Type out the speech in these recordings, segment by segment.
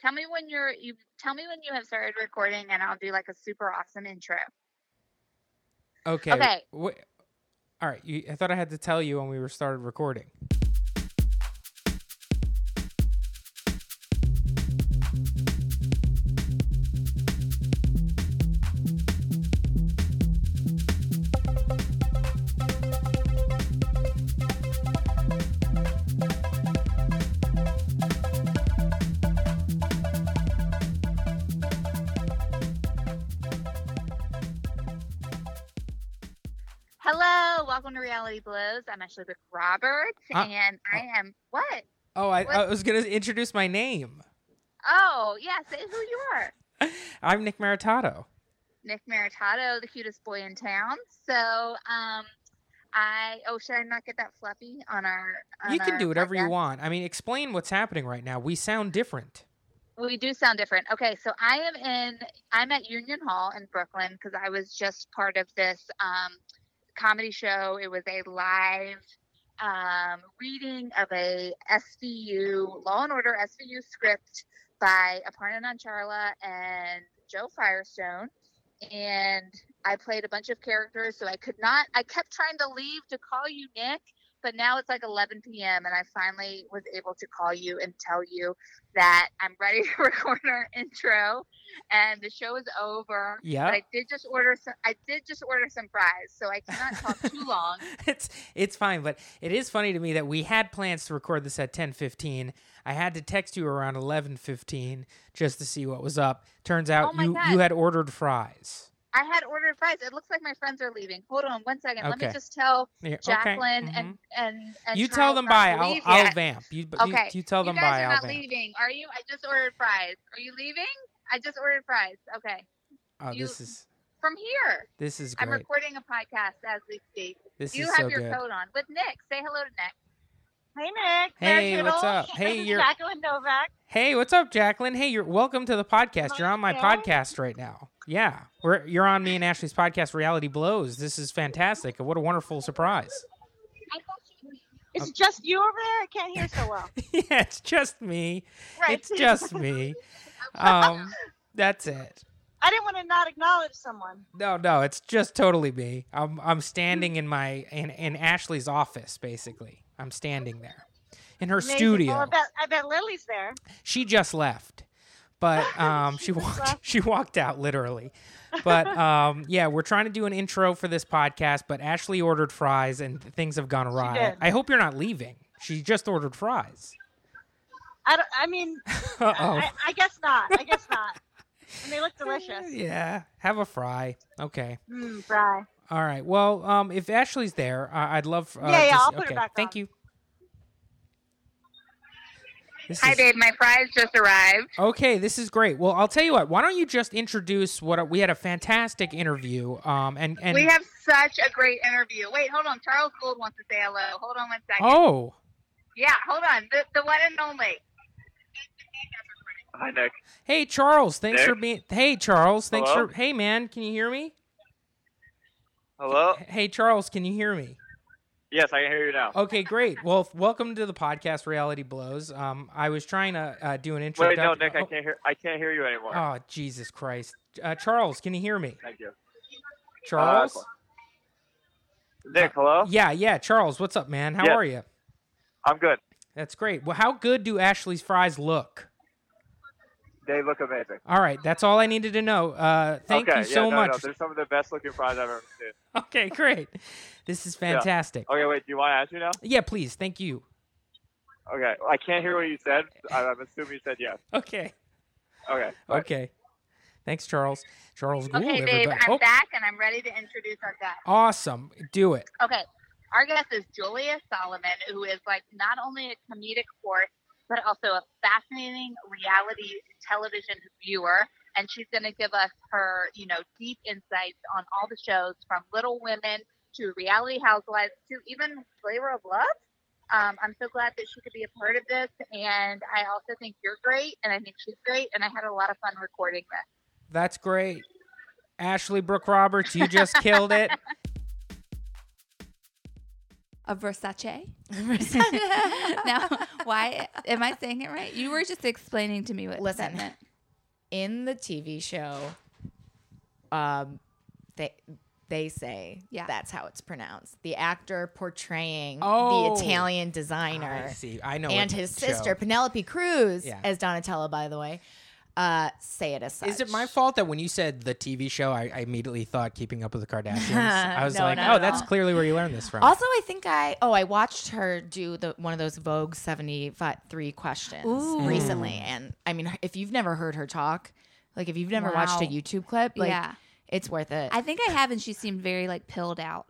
Tell me when you're you tell me when you have started recording and I'll do like a super awesome intro. Okay. Okay. wh- all right. You, I thought I had to tell you when we were started recording. Hello, welcome to Reality Blows. I'm Ashley Bick Roberts Uh, and I am what? Oh, I, I What? was going to introduce my name. Oh, yeah, say who you are. I'm Nick Maritato. Nick Maritato, the cutest boy in town. So um I oh should I not get that fluffy on our on You can our do whatever podcast? you want. I mean, explain what's happening right now. We sound different. We do sound different. Okay, so I am in. I'm at Union Hall in Brooklyn because I was just part of this um, comedy show. It was a live um, reading of a SVU Law and Order SVU script by Aparna Nancharla and Joe Firestone, and I played a bunch of characters. So I could not. I kept trying to leave to call you Nick, but now it's like 11 p.m. and I finally was able to call you and tell you that I'm ready to record our intro, and the show is over. But Yeah. I did just order some. I did just order some fries, so I cannot talk too long. It's it's fine, but it is funny to me that we had plans to record this at 10:15. I had to text you around 11:15 just to see what was up. Turns out Oh my you God. you had ordered fries. I had ordered fries. It looks like my friends are leaving. Hold on one second. Let me Okay. just tell Yeah, okay, Jacqueline mhm. and, and and you tell Charles them not bye. to I'll, leave I'll yet. vamp. You, but Okay. you, you tell You them guys bye. are I'll not vamp. leaving, are you? I just ordered fries. Are you leaving? I just ordered fries. Okay, Oh, You- this is from here. this is I'm great. recording a podcast as we speak. this you is have so your good. coat on with Nick. Say hello to Nick. Hey Nick. Hey, Mary what's Kiddle. up? Hey, this you're- is Jacqueline Novak. Hey, what's up, Jacqueline? Hey, you're welcome to the podcast. You're on my Hi. podcast right now. Yeah, we're you're on me and Ashley's podcast, Reality Blows. This is fantastic. What a wonderful surprise. Uh, Is it just you over there? I can't hear so well. yeah, it's just me. Right. It's just me. Um, that's it. I didn't want to not acknowledge someone. No, no, it's just totally me. I'm I'm standing in my in, in Ashley's office basically. I'm standing there in her Amazing. studio. Well, I bet, I bet Lily's there. she just left but um, she, She just walked left. she walked out literally but um, yeah we're trying to do an intro for this podcast but ashley ordered fries and things have gone awry did. i hope you're not leaving she just ordered fries Oh. I, don't, I mean, uh-oh I, I guess not. I guess not. and they look delicious. yeah have a fry okay Mmm, fry. all right well um, if ashley's there uh, i'd love uh, Yeah, yeah, just- I'll put okay her back thank on. you This Hi, is- babe. My fries just arrived. Okay, this is great. Well, I'll tell you what. Why don't you just introduce what we had a fantastic interview, um, and and we have such a great interview. Wait, hold on. Charles Gold wants to say hello. Hold on one second. oh Yeah, hold on. The, the one and only. Hi, Nick. hey Charles, thanks Nick? for being hey Charles, thanks Hello? for hey man, can you hear me? Hello? Hey Oh, Charles, can you hear me? Yes, I can hear you now. Okay, great. Well, f- welcome to the podcast, Reality Blows. Um, I was trying to uh, do an intro. Wait, no, Nick, I can't hear. I can't hear you Uh, anymore. Oh, Jesus Christ, uh, Charles, can you hear me? Thank you. Charles, Uh, Nick, hello. Uh, yeah, yeah, Charles, what's up, man? How Yes. are you? I'm good. That's great. Well, how good do Ashley's fries look? They look amazing. All right, that's all I needed to know. Uh, thank okay, you so yeah, no, No, much. they're some of the best looking fries I've ever seen. okay, great. This is fantastic. Okay, wait. Do you want to ask me now? Yeah, please. Thank you. Okay, I can't hear what you said. I- I'm assuming you said yes. Okay. Okay. bye. Okay. Thanks, Charles. Charles Gould, Okay, babe. everybody. I'm Oh, back and I'm ready to introduce our guest. awesome. Do it. Okay. Our guest is Julia Solomon, who is like not only a comedic force, but also a fascinating reality television viewer. And she's going to give us her, you know, deep insights on all the shows from Little Women to Reality Housewives to even Flavor of Love. Um, I'm so glad that she could be a part of this. And I also think you're great. And I think she's great. And I had a lot of fun recording this. That's great. Ashley Brooke Roberts, you just killed it. of Versace. now, why am I saying it right? You were just explaining to me what that Listen. meant. in the TV show, um, they they say Yeah. that's how it's pronounced. The actor portraying Oh. the Italian designer I see. I know. and what his show. sister Penelope Cruz Yeah. as Donatella, by the way, uh, say it as such. Is it my fault that when you said the TV show, I, I immediately thought Keeping Up with the Kardashians? I was No, like, not at oh, that's all. clearly where you learned this from. Also, I think I oh I watched her do the one of those Vogue seventy three questions Ooh. recently, and I mean if you've never heard her talk, like if you've never watched a Wow. YouTube clip, like yeah. it's worth it. I think I have, and she seemed very like pilled out.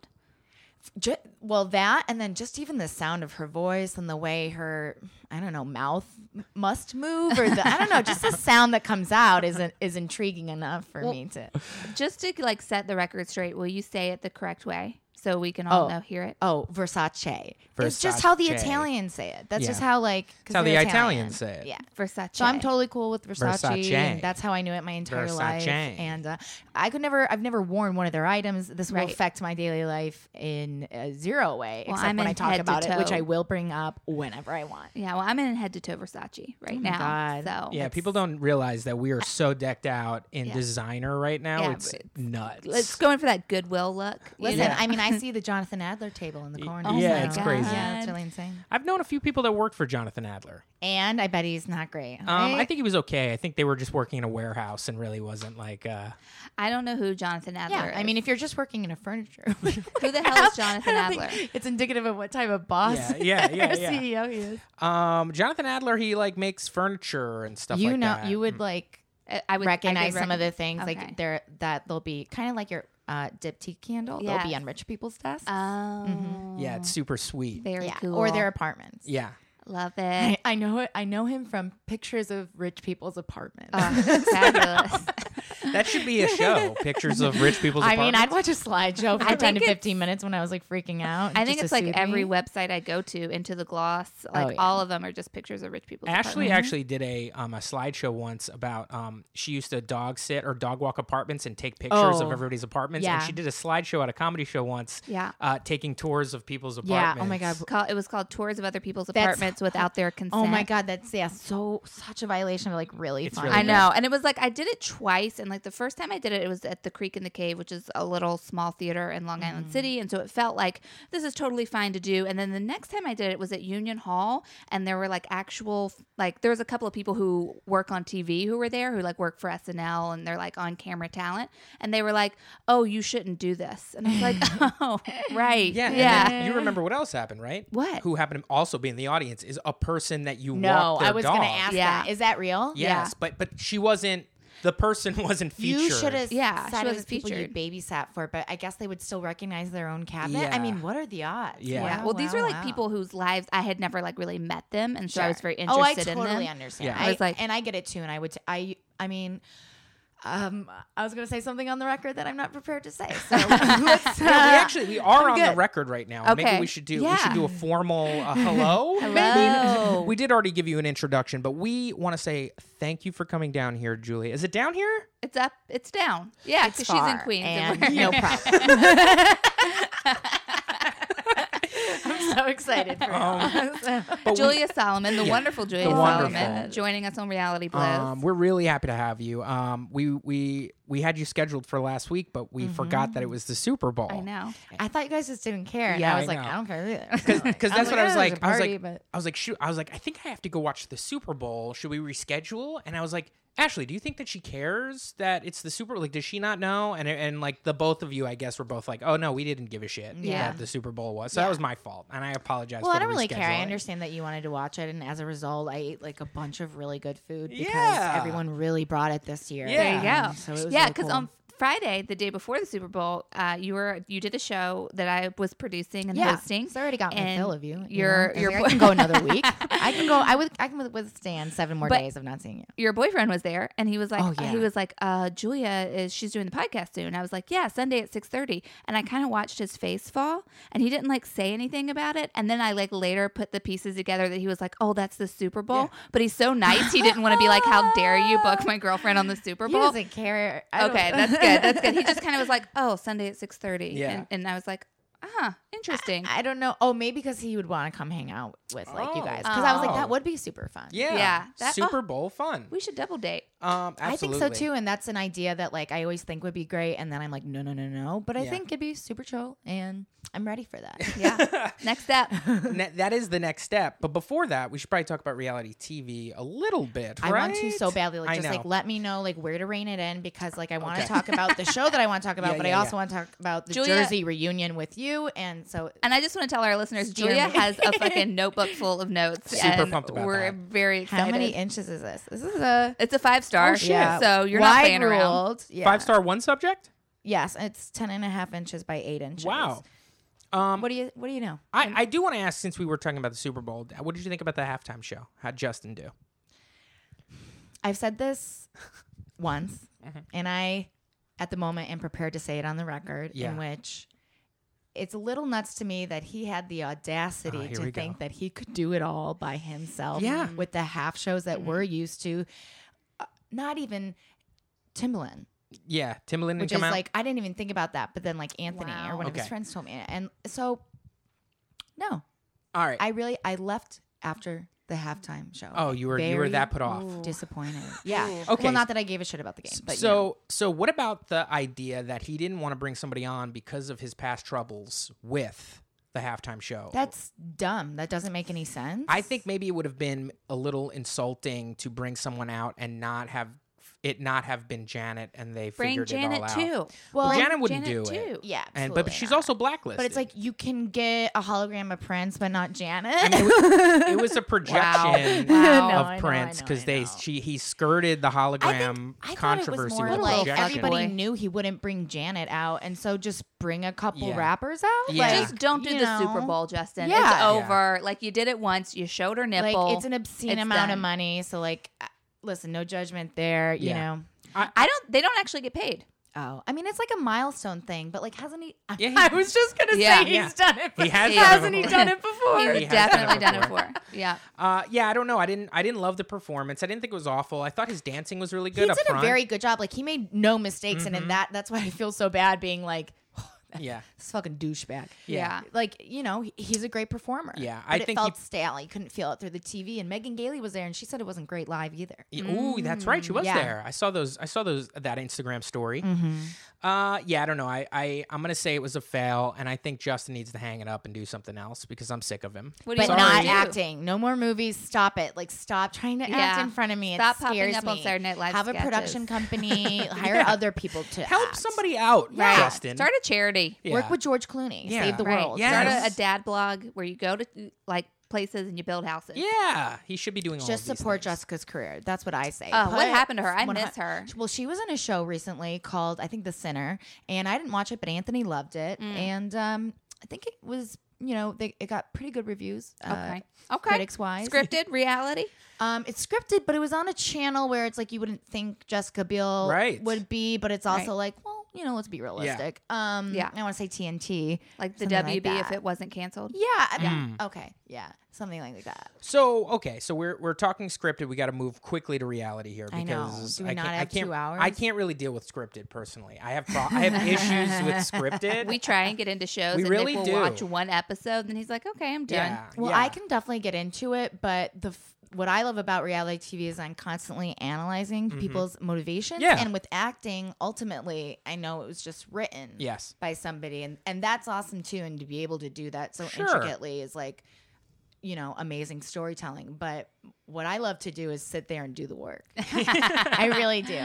Ju- well that and then just even the sound of her voice and the way her i don't know mouth m- must move or the i don't know just the sound that comes out isn't is intriguing enough for me to Just to like set the record straight, will you say it the correct way so we can all Oh. know hear it? oh versace. it's just how the Versace. italians say it that's Yeah. just how like 'cause It's how they're the Italian. Italians say it. yeah Versace. so i'm totally cool with versace, Versace. and that's how i knew it my entire life Versace. and uh, i could never i've never worn one of their items this will Right. affect my daily life in a zero way Well, except I'm when in i talk head to about it which toe. i will bring up whenever i want Yeah, well, I'm in head to toe Versace right Oh my now. God. So Yeah, people don't realize that we are so decked out in Yeah. designer right now. Yeah, it's but it's- nuts. let's go in for that Goodwill look. you Listen, know? I mean, I see the Jonathan Adler table in the Y- corner. Oh yeah, my it's crazy. Yeah, it's God. really insane. I've known a few people that worked for Jonathan Adler. And I bet he's not great. Um, I right? think he was okay. I think they were just working in a warehouse and really wasn't like. Uh, I don't know who Jonathan Adler. Yeah, I mean, is. if you're just working in a furniture, who the hell is Jonathan I don't Adler? think It's indicative of what type of boss Yeah, yeah, yeah, or yeah. CEO he is. um, Jonathan Adler, he like makes furniture and stuff. you like know, that. you would Mm. like I- I would I could recognize some of the recognize- things Okay. like there that they'll be kind of like your uh, diptyque candle. They'll be Yes. on rich people's desks. Oh, Um, Mm. Yeah, it's super sweet. very Mm-hmm. yeah, cool. or their apartments. Yeah, love I, it. I know it. I know him from pictures of rich people's apartments. Oh, fabulous. that should be a show. Pictures of rich people's. I mean, I'd apartments. watch a slideshow I for 10 to think it's- 15 minutes when I was like freaking out. I think just it's to like soothe every me. website I go to, into the gloss, like yeah. all of them are just pictures of rich people. Ashley actually did a um, a slideshow once about um, she used to dog sit or dog walk apartments and take pictures of Oh. everybody's apartments, and Yeah. she did a slideshow at a comedy show once, Mm-hmm. yeah. uh, taking tours of people's Yeah. apartments. Oh my God. Call, it was called tours of other people's That's- apartments without their consent. Oh my God. That's, yeah, so such a violation of like really It's fun. really I know. And it was like I did it twice and like the first time I did it it was at the Creek in the Cave, which is a little small theater in Long Island Mm-hmm. City, and so it felt like this is totally fine to do. And then the next time I did it was at Union Hall and there were like actual like there was a couple of people who work on TV who were there who like work for SNL and they're like on camera talent and they were like, "Oh, you shouldn't do this." And I was like, "Oh, right." Yeah, and Yeah. then you remember what else happened, right? What? Who happened to also be in the audience is a person that you No, walked their I was going to dog. ask Yeah. that. Is that real? Yes, but but she wasn't. The person wasn't featured. You should have Yeah, she said it was wasn't people you featured. babysat for, but I guess they would still recognize their own cabinet. Yeah. I mean, what are the odds? Yeah. Yeah. Wow, well, these were wow, like wow. people whose lives I had never like really met them, and so I was Sure. very interested oh, I in totally them. understand. Yeah. I, I was like- and I get it too. And I would, t- I, I mean, um, I was gonna say something on the record that I'm not prepared to say. So let's, No, we uh, actually we are I'm on the good. record right now. Maybe Okay. we should do we should Yeah. do a formal uh, hello. uh, Hello. Maybe. We did already give you an introduction, but we want to say thank you for coming down here, Julie. Is it down here? It's up. It's down. Yeah, because she's in far, Queens. and we're- no problem. I'm so excited for Um, it. But we- Julia Solomon, the Yeah. wonderful Julia The Solomon, wonderful. joining us on Reality Blows. um, we're really happy to have you. Um, we we we had you scheduled for last week, but we forgot that it was the Super Bowl. I know. Mm-hmm. I thought you guys just didn't care, and Yeah, I was I like, know. I "Oh, don't care either. Because that's what I was like. I was like, but I was like, shoot. I was like, I think I have to go watch the Super Bowl. Should we reschedule? And I was like, Ashley, do you think that she cares that it's the Super? Like, does she not know? And and like the both of you, I guess, were both like, oh no, we didn't give a shit Yeah. that the Super Bowl was. So that was my fault, and I apologize. well, for I don't the really care. I rescheduling. understand that you wanted to watch it, and as a result, I ate like a bunch of really good food because Yeah. everyone really brought it this year. There you Yeah. Um, So it was yeah, really because cool. on Friday, the day before the Super Bowl, uh, you were you did a show that I was producing and yeah, hosting. So I already got my and fill of you. you your- know? I was your like, I boy- can go another week. I can go. I would. I can withstand seven more But- days of not seeing you. Your boyfriend was there, and he was like, Oh, yeah. he was like, uh, Julia is she's doing the podcast soon. I was like, yeah, Sunday at six thirty, and I kind of watched his face fall, and he didn't like say anything about it, and then I like later put the pieces together that he was like, oh, that's the Super Bowl, but he's so nice, he didn't want to be like, how dare you book my girlfriend on the Super He Bowl? doesn't care. I don't- okay, that's good. That's good. He just kind of was like, "Oh, Sunday at 6.30. Yeah. and, and I was like, huh, interesting. I don't know. Oh, maybe because he would want to come hang out with like you Oh. guys. Because I was like, Oh. that would be super fun. Yeah. Yeah, that- oh. Super Bowl fun. we should double date. Um, absolutely. I think so too, and that's an idea that like I always think would be great, and then I'm like, no, no, no, no. But I Yeah. think it'd be super chill, and I'm ready for that. Yeah. Next step. Ne- that is the next step. But before that, we should probably talk about reality TV a little bit. I want to right? so badly. Like, I just like know. let me know like where to rein it in because like I want Okay. to talk about the show that I want to talk about, Yeah, but yeah, I also yeah. want to talk about the Julia- Jersey reunion with you, and so And I just want to tell our listeners, Steer Julia me. has a fucking notebook full of notes. Super and pumped about We're that. very excited. how many inches is this? This is a It's a five star. Oh, shit. Yeah. So you're wide not playing around. ruled. Yeah. Five star one subject. Yes, it's ten and a half inches by eight inches. Wow. Um, What do you What do you know? I, I do want to ask since we were talking about the Super Bowl, what did you think about the halftime show? How'd Justin do? I've said this once, Mm-hmm. and I, at the moment, am prepared to say it on the record, Yeah. in which it's a little nuts to me that he had the audacity Ah, here we to go. think that he could do it all by himself Yeah. Mm-hmm. with the half shows that we're used to. Uh, not even Timbaland, Yeah, Timbaland didn't which come is out. like, I didn't even think about that, but then like Anthony Wow. or one of his Okay. friends told me. And so, no, All right. I really, I left after the halftime show. oh, you were you were very that put off. Disappointed. Yeah. Okay. Well, not that I gave a shit about the game, but you so know. so what about the idea that he didn't want to bring somebody on because of his past troubles with the halftime show? That's dumb. That doesn't make any sense. I think maybe it would have been a little insulting to bring someone out and not have it not have been Janet and they Bring figured it all Janet out. too. Well, Well, Janet wouldn't Janet do too. it. yeah, And but absolutely she's not. also blacklisted. But it's like you can get a hologram of Prince, but not Janet. I mean, it was, it was a projection Wow. No, I know, I of Prince know, I because they know. she he skirted the hologram I thought it was controversy more with a like projection. everybody Boy. knew he wouldn't bring Janet out, and so just bring a couple Yeah. rappers out. Yeah. Like, Just don't do you the know, Super Bowl, Justin. It's Yeah. Yeah. over. Like you did it once. You showed her Like nipple. it's an obscene It's amount done. of money. So like, uh, listen, no judgment there. You Yeah. know. I don't. They don't actually get paid. Oh, I mean, it's like a milestone thing, but like, hasn't he? Yeah, he- I was just gonna Yeah. say he's Yeah. done it. He has Yeah. done it before. not he done it before? You've He has done definitely it done it before. before. Yeah. Uh, yeah, I don't know. I didn't. I didn't love the performance. I didn't think it was awful. I thought his dancing was really good. he up did a front. Mm-hmm. very good job. Like he made no mistakes, and in that, that's why I feel so bad being like yeah, this fucking douchebag. Yeah. Like you know, he- he's a great performer. Yeah, but I it think felt he- stale. You couldn't feel it through the TV. And Megan Gailey was there, and she said it wasn't great live either. Yeah, Ooh, that's right. She was Mm, yeah. there. I saw those. I saw those that Instagram story. Mm-hmm. Uh, yeah, I don't know. I, I I'm gonna say it was a fail, and I think Justin needs to hang it up and do something else because I'm sick of him. What do But you want not to do? acting. No more movies. Stop it. Like stop trying to act Yeah. in front of me. Stop it popping scares up me. on Saturday Night Live Have sketches. a production company. Hire other people to Help act. somebody out, Right. Justin. Start a charity. Yeah. Work with George Clooney. Yeah. Save the Right. world. Yes. Start a, a dad blog where you go to like places and you build houses. Yeah, he should be doing all just of these support things. Jessica's career. That's what I say. Uh, what Put- happened to her? I one miss hu- her. Well, she was in a show recently called I think The Sinner, and I didn't watch it, but Anthony loved it, Mm. and um, I think it was you know they, it got pretty good reviews. uh, Okay. Okay. Critics wise, Scripted reality. um, it's scripted, but it was on a channel where it's like you wouldn't think Jessica Biel Right. would be, but it's also Right. like, well, you know, let's be realistic. Um, Yeah. I want to say TNT, Like the something WB if that. it wasn't canceled. yeah, I mean, Mm. okay, yeah, something like that. So okay, so we're we're talking scripted. We got to move quickly to reality here I know. because Do we I not can't, I have two can't hours? I can't really deal with scripted personally. I have pro- I have issues with scripted. We try and get into shows We and really Nick will do. watch one episode and he's like, okay, I'm done. yeah, Well, yeah. I can definitely get into it, but the f- what I love about reality TV is I'm constantly analyzing people's motivations. Mm-hmm. Yeah. And with acting, ultimately, I know it was just written Yes. by somebody, and and that's awesome too. And to be able to do that so Sure. intricately is like, you know, amazing storytelling. But what I love to do is sit there and do the work. I really do.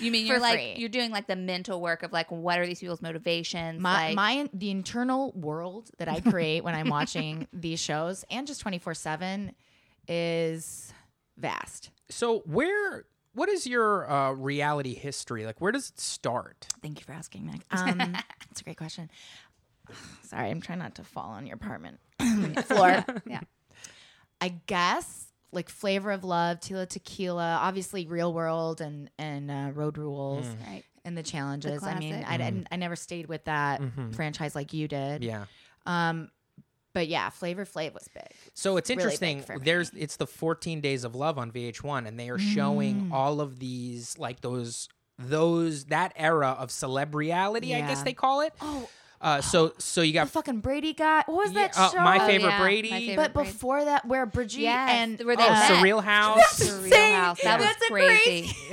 You mean For you're like free. you're doing like the mental work of like what are these people's motivations? My, like, my the internal world that I create when I'm watching these shows and just 24 seven is vast. So where what is your uh, reality history like? Where does it start? Thank you for asking, Meg. Um, it's a great question. Sorry, I'm trying not to fall on your apartment floor. yeah. I guess like Flavor of Love, Tila Tequila, obviously Real World and and uh, Road Rules Mm. Right. and the challenges. I mean, classic. I, didn't I never stayed with that Mhm. franchise like you did. Yeah. Um, but yeah, Flavor Flav was big. So it's really big interesting. for me. There's it's the 14 Days of Love on VH1, and they are showing Mm. all of these like those those that era of celeb reality, I guess Yeah. they call it. Oh, Uh, so so you The got fucking Brady guy. What was yeah, that uh, show? my Oh, favorite yeah, My Brady. Favorite But Brady. before that, where Brigitte Yes, and where they oh, met. surreal house. Surreal insane. House. That That's was a crazy.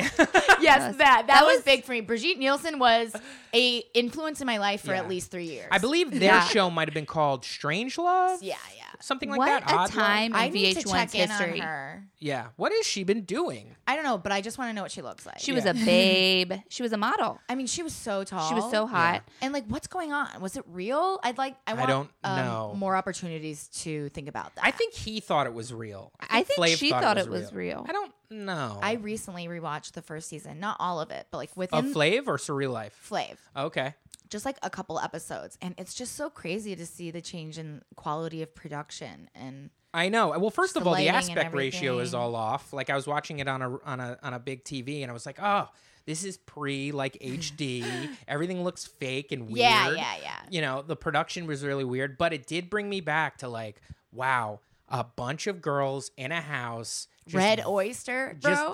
yes, that that, was, was- big for me. Brigitte Nielsen was a influence in my life for Yeah. at least three years. I believe their Yeah. show might have been called Strange Love. Yeah, yeah. Something like what that. Odd a Love? time I in need to VH1's check history. in on her. Yeah. What has she been doing? I don't know, but I just want to know what she looks like. She was Yeah. a babe. She was a model. I mean, she was so tall. She was so hot. And like, what's going on? Was it real? I'd like. I, I want, don't um, know. More opportunities to think about that. I think he thought it was real. I think Flav she thought it was real. I don't know. I recently rewatched the first season, not all of it, but like of within Flav or Surreal Life. Flav, Okay. just like a couple episodes, and it's just so crazy to see the change in quality of production and I know. Well, first the of all, the lighting and aspect ratio is everything. all off. Like I was watching it on a on a on a big TV, and I was like, oh, this is pre like HD. Everything looks fake and weird. yeah, yeah, yeah. you know, the production was really weird, but it did bring me back to like, wow, a bunch of girls in a house. just- Red oyster, bro.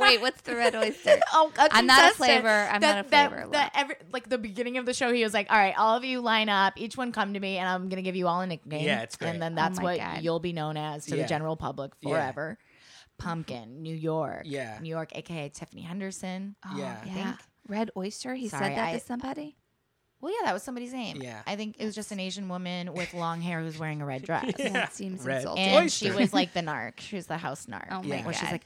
Wait, what's the red oyster? Oh, a I'm not a contestant. flavor. I'm not a flavor. That, that every, like the beginning of the show, he was like, "All right, all of you line up. Each one come to me, and I'm gonna give you all a nickname. Yeah, it's great. Oh And then that's my what God. you'll be known as to Yeah. the general public Yeah. Mm-hmm. forever. Pumpkin, New York. Yeah. New York, aka Tiffany Henderson. Oh, Yeah. yeah. think- Red oyster. He Sorry, said that I- to somebody. Well, yeah, that was somebody's name. Yeah. I think it was just an Asian woman with long hair who's wearing a red dress. Yeah. That seems Red insulting. And she Oyster. was like the narc. She was the house narc. Oh my Yeah. Where she's God. like,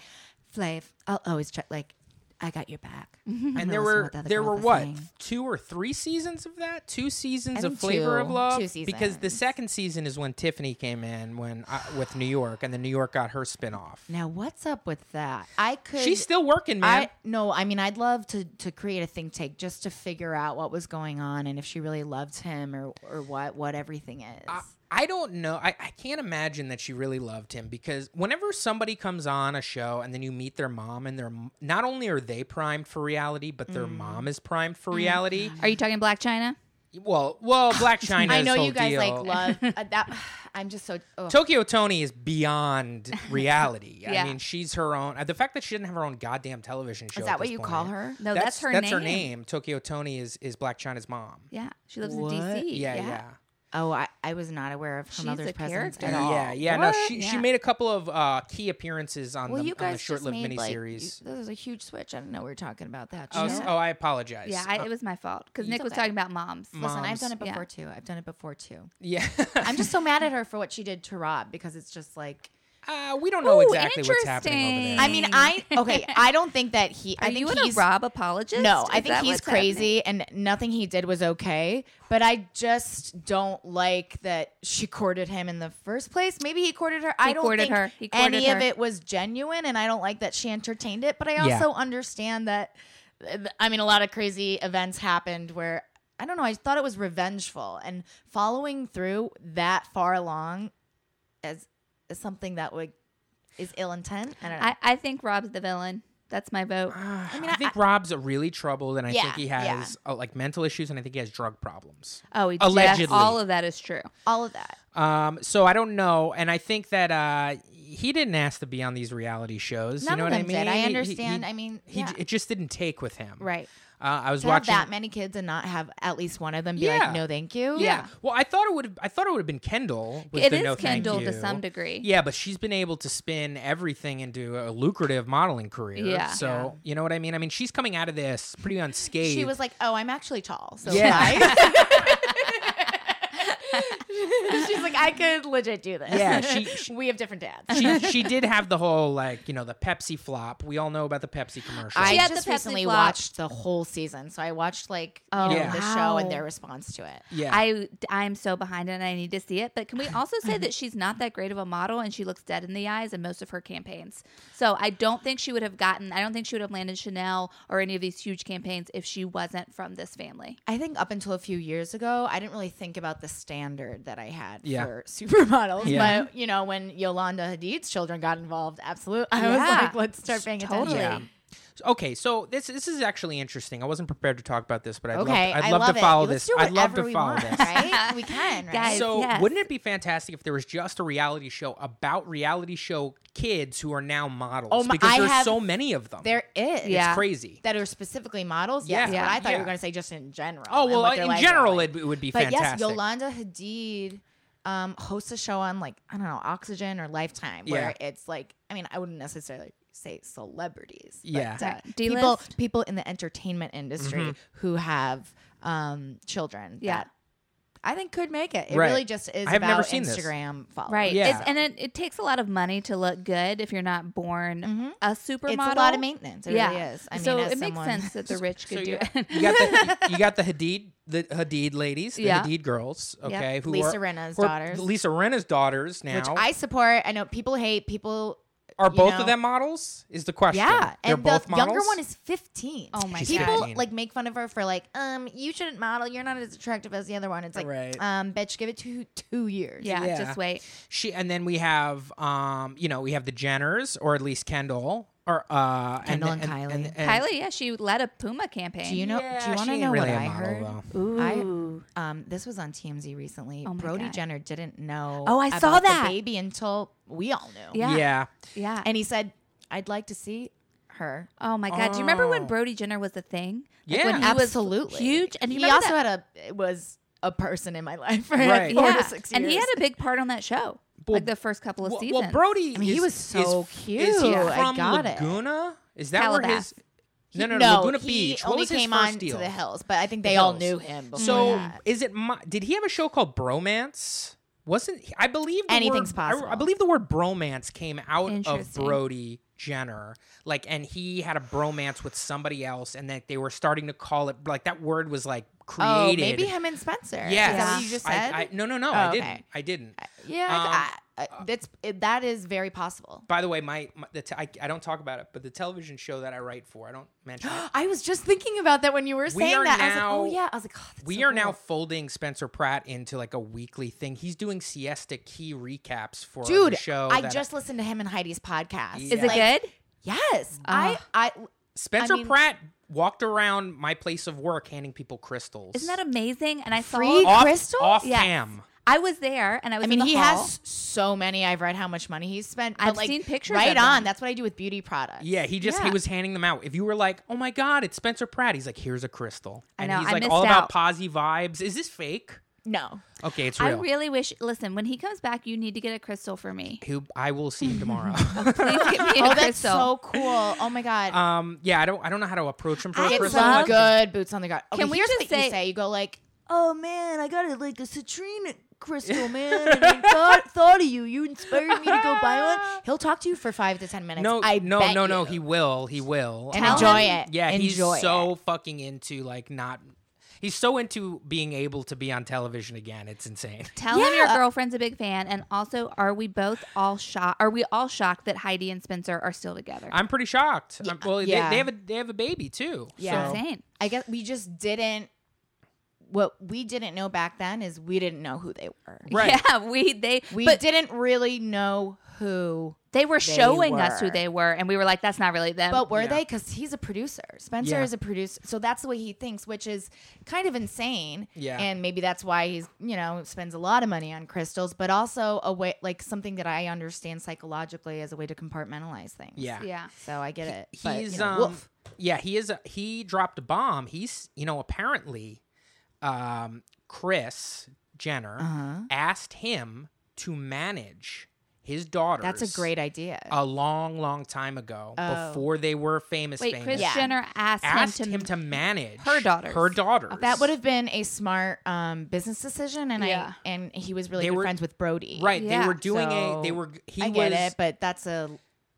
Flav, I'll always try. Like, I got your back. Mm-hmm. and there Listen, were what the other there girl were was what saying. two or three seasons of that? Two seasons I of think Flavor of two. Love. Two Because the seasons. second season is when Tiffany came in when uh, with New York, and then New York got her spinoff. Now, what's up with that? I could. She's still working, man. I no, I mean, I'd love to to create a think tank just to figure out what was going on and if she really loved him or or what what everything is. I, I don't know. I, I can't imagine that she really loved him because whenever somebody comes on a show and then you meet their mom and their m- not only are they primed for reality, but their Mm-hmm. mom is primed for reality. Are you talking Black China? Well, well, Black China. I know whole you guys deal. like love uh, that. I'm just so. oh, ugh. Tokyo Tony is beyond reality. Yeah. I mean, she's her own. uh, The fact that she didn't have her own goddamn television show is at that what this you point, call her? No, that's, her that's name. her name. Tokyo Tony is is Black China's mom. Yeah, she lives What? in D.C. Yeah, yeah. Oh, I, I was not aware of her She's mother's a presence at character. all. Yeah, yeah. No, What? she she Yeah. made a couple of uh, key appearances on, Well, the, you on guys the short-lived just made, like, miniseries. you- that was a huge switch. I didn't know we were talking about that. Oh, show. s- oh, I apologize. Yeah, I, it was my fault because It's Nick was okay. talking about moms. Listen, I've Moms. done it Yeah. before too. I've done it before too. yeah. I'm just so mad at her for what she did to Rob because it's just like uh, we don't know Ooh, exactly what's happening over interesting. there. I mean, I okay. I don't think that he. Are I think you he's a Rob apologist? no. Is I think that he's what's happening? crazy, and nothing he did was okay. But I just don't like that she courted him in the first place. Maybe he courted her. I He don't courted think her. He courted any of her. it was genuine, and I don't like that she entertained it. But I also Yeah. understand that. uh, I mean, a lot of crazy events happened where. I don't know. I thought it was revengeful, and following through that far along as is something that would is ill intent. I don't know. I, I think Rob's the villain. That's my vote. Ah, I mean, I- think Rob's really troubled, and I think Yeah, he yeah. has uh, like mental issues, and I think he has drug problems. Oh, he Allegedly. Yes, all of that is true. all of that. Um, so I don't know, and I think that uh, he didn't ask to be on these reality shows. None you know of what them I mean? did. I He- he- understand. He, I mean, he yeah. j- it just didn't take with him. right. Uh, I was To watching. have that many kids and not have at least one of them be Yeah. like, no, thank you. yeah. Well, I thought it would. I thought it would have been Kendall. With It the is no thank Kendall to you. some degree. Yeah, but she's been able to spin everything into a lucrative modeling career. Yeah. So Yeah. you know what I mean. I mean, she's coming out of this pretty unscathed. She was like, oh, I'm actually tall. So Yeah. bye. She's like, I could legit do this. Yeah, she- she- we have different dads. she she did have the whole like you know the Pepsi flop. We all know about the Pepsi commercial. I She had the just Pepsi recently flop. watched the whole season, so I watched like you Oh, know, Yeah. the show wow. and their response to it. yeah. I I'm so behind it and I need to see it. But can we also say that she's not that great of a model and she looks dead in the eyes in most of her campaigns. So I don't think she would have gotten I don't think she would have landed Chanel or any of these huge campaigns if she wasn't from this family. I think up until a few years ago, I didn't really think about the standard that I had Yeah. for supermodels. Yeah. But you know, when Yolanda Hadid's children got involved, absolutely, I was Yeah. like, let's start paying Totally. attention. Yeah. Okay, so this this is actually interesting. I wasn't prepared to talk about this, but I'd okay, love to, I I'd love, love to it. follow Let's this. do I'd love whatever to we follow want, this. right? We can, right? Guys, So, yes. wouldn't it be fantastic if there was just a reality show about reality show kids who are now models? Oh my- because I there's have- so many of them. There is. Yeah. It's crazy. That are specifically models? Yeah. Yes. But I thought you Yeah. were going to say just in general. oh and well, what uh, their in lives are general, like. it, it would be But fantastic. yes, Yolanda Hadid um, hosts a show on like I don't know Oxygen or Lifetime, where it's like I mean I wouldn't necessarily say celebrities, but, Yeah. uh, Right. people D-list? people in the entertainment industry Mhm. who have um, children. Yeah. that I think could make it. It Right. really just is I have about never seen this. Instagram followers. Right. Yeah. It's, and it, it takes a lot of money to look good if you're not born Mhm. a supermodel. It's a lot of maintenance. It really Yeah. is. I mean, so as it makes someone- sense that the rich could So do you, it. you got the you got the Hadid the Hadid ladies, the Yeah. Hadid girls, Yep. okay, who Lisa are, Rinna's who are- daughters, Lisa Rinna's daughters now. which I support. I know people hate people. are you both know- of them models? Is the question. Yeah, They're and both the models. younger one is 15. Oh my She's god. people 15. like make fun of her for like, um, you shouldn't model. You're not as attractive as the other one. It's like, Right. um, bitch, give it two two years. yeah, Yeah. just wait. She and then we have um you know we have the Jenners or at least Kendall or uh Kendall and Kylie. Kylie, yeah, she led a Puma campaign. Do you know? do you want to know really what a I model, heard? though. Ooh. Um, this was on TMZ recently. Oh my Brody God. Jenner didn't know. Oh, I about saw the that. baby until we all knew. yeah. Yeah. yeah. and he said, "I'd like to see her." oh my god. Do you remember when Oh. Brody Jenner was the thing? Like Yeah. When he Absolutely was huge and he, you remember also that- had a was a person in my life for Right. like four yeah. to six years. And he had a big part on that show. like the first couple of well, seasons. well, Brody. I mean, he is- was so is- cute. Is he I from got it. Laguna? Is that where his? Calabas. No, no, no, Laguna he Beach. Only what was his came first on deal? to the hills, but I think The they all Hills. knew him. Before So that. is it? My, did he have a show called Bromance? Wasn't he- I believe the Anything's word, I- I, possible. believe the word bromance came out of Interesting. Brody Jenner, like, and he had a bromance with somebody else, and that they were starting to call it like that word was like oh, created. maybe him and Spencer. Yes. Is that what you just I- said? uh, I, no, no, no. Oh, I okay. didn't. I didn't. yeah, um, I, I, that's it, that is very possible. By the way, my, my the te- I, I don't talk about it, but the television show that I write for, I don't mention it. I was just thinking about that when you were saying are that. I was now- like, oh yeah. I was like, oh, that's we so are now cool. folding Spencer Pratt into like a weekly thing. He's doing siesta key recaps for the Dude, show. I that- just listened to him and Heidi's podcast. Is Is Uh, Yeah. it Like, good? Yes, Ah. I, I, Spencer I mean- Pratt walked around my place of work handing people crystals. Isn't that amazing? And I saw Free- off, crystals? Off Yes. cam. I was there and I was I mean, in the he hall. has so many. I've read how much money he's spent. but, I've like, seen pictures Right of on. him. That's what I do with beauty products. Yeah, he just he Yeah. was handing them out. If you were like, "Oh my god, it's Spencer Pratt," he's like, "Here's a crystal," I and know, he's I like, missed "All about out. posy vibes." Is this fake? No. Okay, it's I real. really wish listen, when he comes back, you need to get a crystal for me. Who I will see him tomorrow. Please give me a Oh, crystal. that's so cool. Oh my god. um, yeah, I don't I don't know how to approach him for a I Get crystal. some love- good boots on the ground. Okay, Can we here's just what say- you say? You go like, "Oh man, I got it like a citrine crystal, man. And I thought, thought of you. You inspired me to go buy one." He'll talk to you for five to ten minutes. no, I no, bet no, no. you. He will. He will. and Tell enjoy him- it. Yeah, enjoy he's so fucking into like not. He's so into being able to be on television again. It's insane. Tell him your Yeah. girlfriend's a big fan, and also, are we both all shocked? Are we all shocked that Heidi and Spencer are still together? I'm pretty shocked. I'm- well, they- Yeah. they, have a they have a baby too. Yeah. so- Insane. I guess we just didn't. What we didn't know back then is we didn't know who they were. right. Yeah, we they We but didn't really know who, they were They showing us who were. they were, and we were like, that's not really them. but were yeah. they? Because he's a producer. Spencer Yeah. is a producer, so that's the way he thinks, which is kind of insane. Yeah. and maybe that's why he's you know spends a lot of money on crystals, but also a way like something that I understand psychologically as a way to compartmentalize things. Yeah. yeah, so I get it. but, you He's know, um woof. yeah, he is a, he dropped a bomb. He's you know apparently um Chris Jenner Uh-huh. asked him to manage his daughter. That's a great idea. a long long time ago Oh. before they were famous wait, famous. Chris Yeah. Jenner asked, asked him to. him to manage her daughters. Her daughters. That would have been a smart um, business decision, and Yeah. I and he was really They good were- friends with Brody. Right, they Yeah. were doing a. They So, were. He I get was. it, but that's a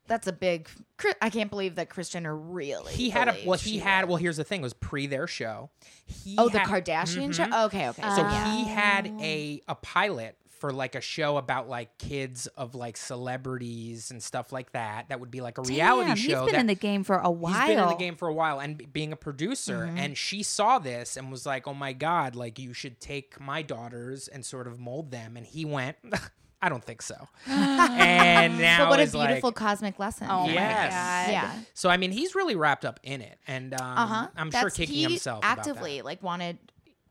that's a big. Chri- I can't believe that Kris Jenner really. he had a. believed Well, she he had. would. Well, here's the thing. It was pre their show. He oh, the had- Kardashian Mhm. show. Ah. Okay, okay. So Uh, yeah. he had a a pilot for like a show about like kids of like celebrities and stuff like that. That would be like a reality Damn, show. He's been that, in the game for a while. He's been in the game for a while and b- being a producer. Mm-hmm. And she saw this and was like, "Oh my god! Like you should take my daughters and sort of mold them." And he went. I I don't think so. and now but what a is like- beautiful cosmic lesson. Oh my Yes. God. Yeah. so I mean, he's really wrapped up in it, and um, Uh huh. I'm sure kicking he himself about that. actively like wanted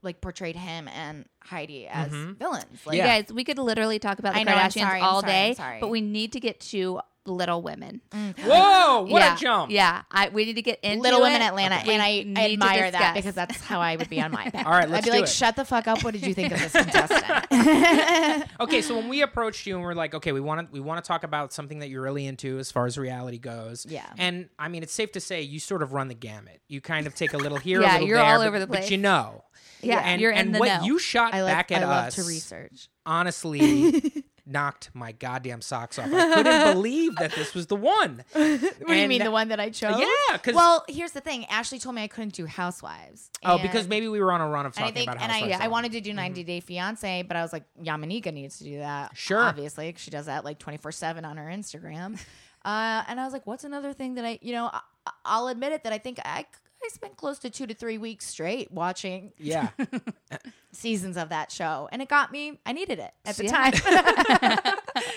like portrayed him and Heidi as Mhm. villains. Like, Yeah. You guys, we could literally talk about the I know, I'm Kardashians sorry, I'm all sorry, day, I'm sorry. but we need to get to Little Women. Whoa! What yeah, a jump! Yeah, I, we need to get into Mm. Little it. Women Atlanta, Okay. and I, We I need to admire that discuss. because that's how I would be on my back. All right, I'd let's be do like, it. "Shut the fuck up! What did you think of this contestant?" Okay, so when we approached you and we're like, okay, we want to we want to talk about something that you're really into as far as reality goes. Yeah. And I mean, it's safe to say you sort of run the gamut. You kind of take a little here, a Yeah, little you're there, all but- over the But place. you know, Yeah, and you're in and the what know. you shot I like back at I love us to research. honestly knocked my goddamn socks off. I couldn't believe that this was the one. What do you mean the one that I chose? Yeah, because Well, here's the thing. Ashley told me I couldn't do Housewives. oh, because and- maybe we were on a run of and talking I think about and I, housewives. I wanted to do 90 Day Fiance, but I was like, Yamanika needs to do that. Sure. obviously 'cause she does that like 24 seven on her Instagram. uh, and I was like, what's another thing that I, you know, I, I'll admit it that I think I. I spent close to two to three weeks straight watching yeah. seasons of that show, and it got me. I needed it at the Yeah.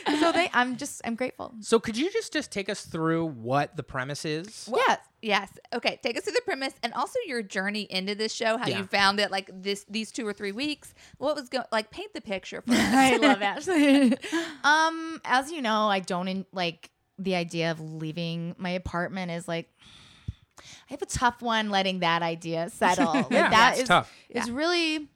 time, so they, I'm just I'm grateful. So could you just just take us through what the premise is? yeah, Yes. Okay. Take us to the premise and also your journey into this show, how Yeah. you found it, like this these two or three weeks. What was going like paint the picture for us. I love Ashley. um, as you know, I don't in, like the idea of leaving my apartment is like I have a tough one letting that idea settle. Like Yeah, that it's is- tough. is really I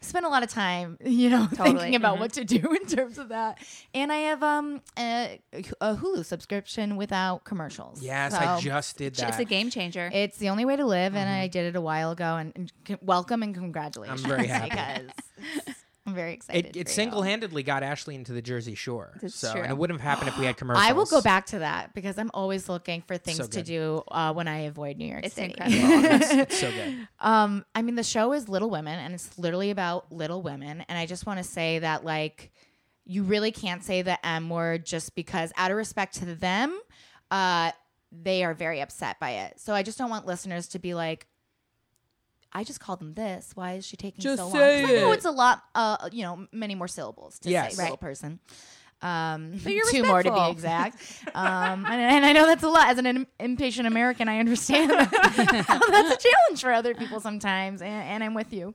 spend a lot of time, you know, thinking about Mm-hmm. what to do in terms of that. And I have um a, a Hulu subscription without commercials. Yes, I So- just did that. It's a game changer. it's the only way to live, and I did it a while ago. And, and c- welcome and congratulations. very happy. because it's- I'm very excited. It, for you. it single handedly got Ashley into the Jersey Shore. That's so true. and it wouldn't have happened if we had commercials. I will go back to that because I'm always looking for things to good. do uh, when I avoid New York It's City. incredible. It's, it's so good. Um, I mean, the show is Little Women, and it's literally about little women. And I just want to say that, like, you really can't say the M word just because, out of respect to them, uh, they are very upset by it. So I just don't want listeners to be like, I just called them this. Why is she taking Just so long? say 'Cause I know it. it's a lot, uh, you know, many more syllables to Yes. say, little Right. person. Um, But you're two more to be respectful. exact. Um, and, and I know that's a lot. As an im- impatient American, I understand that. that's a challenge for other people sometimes, and, and I'm with you.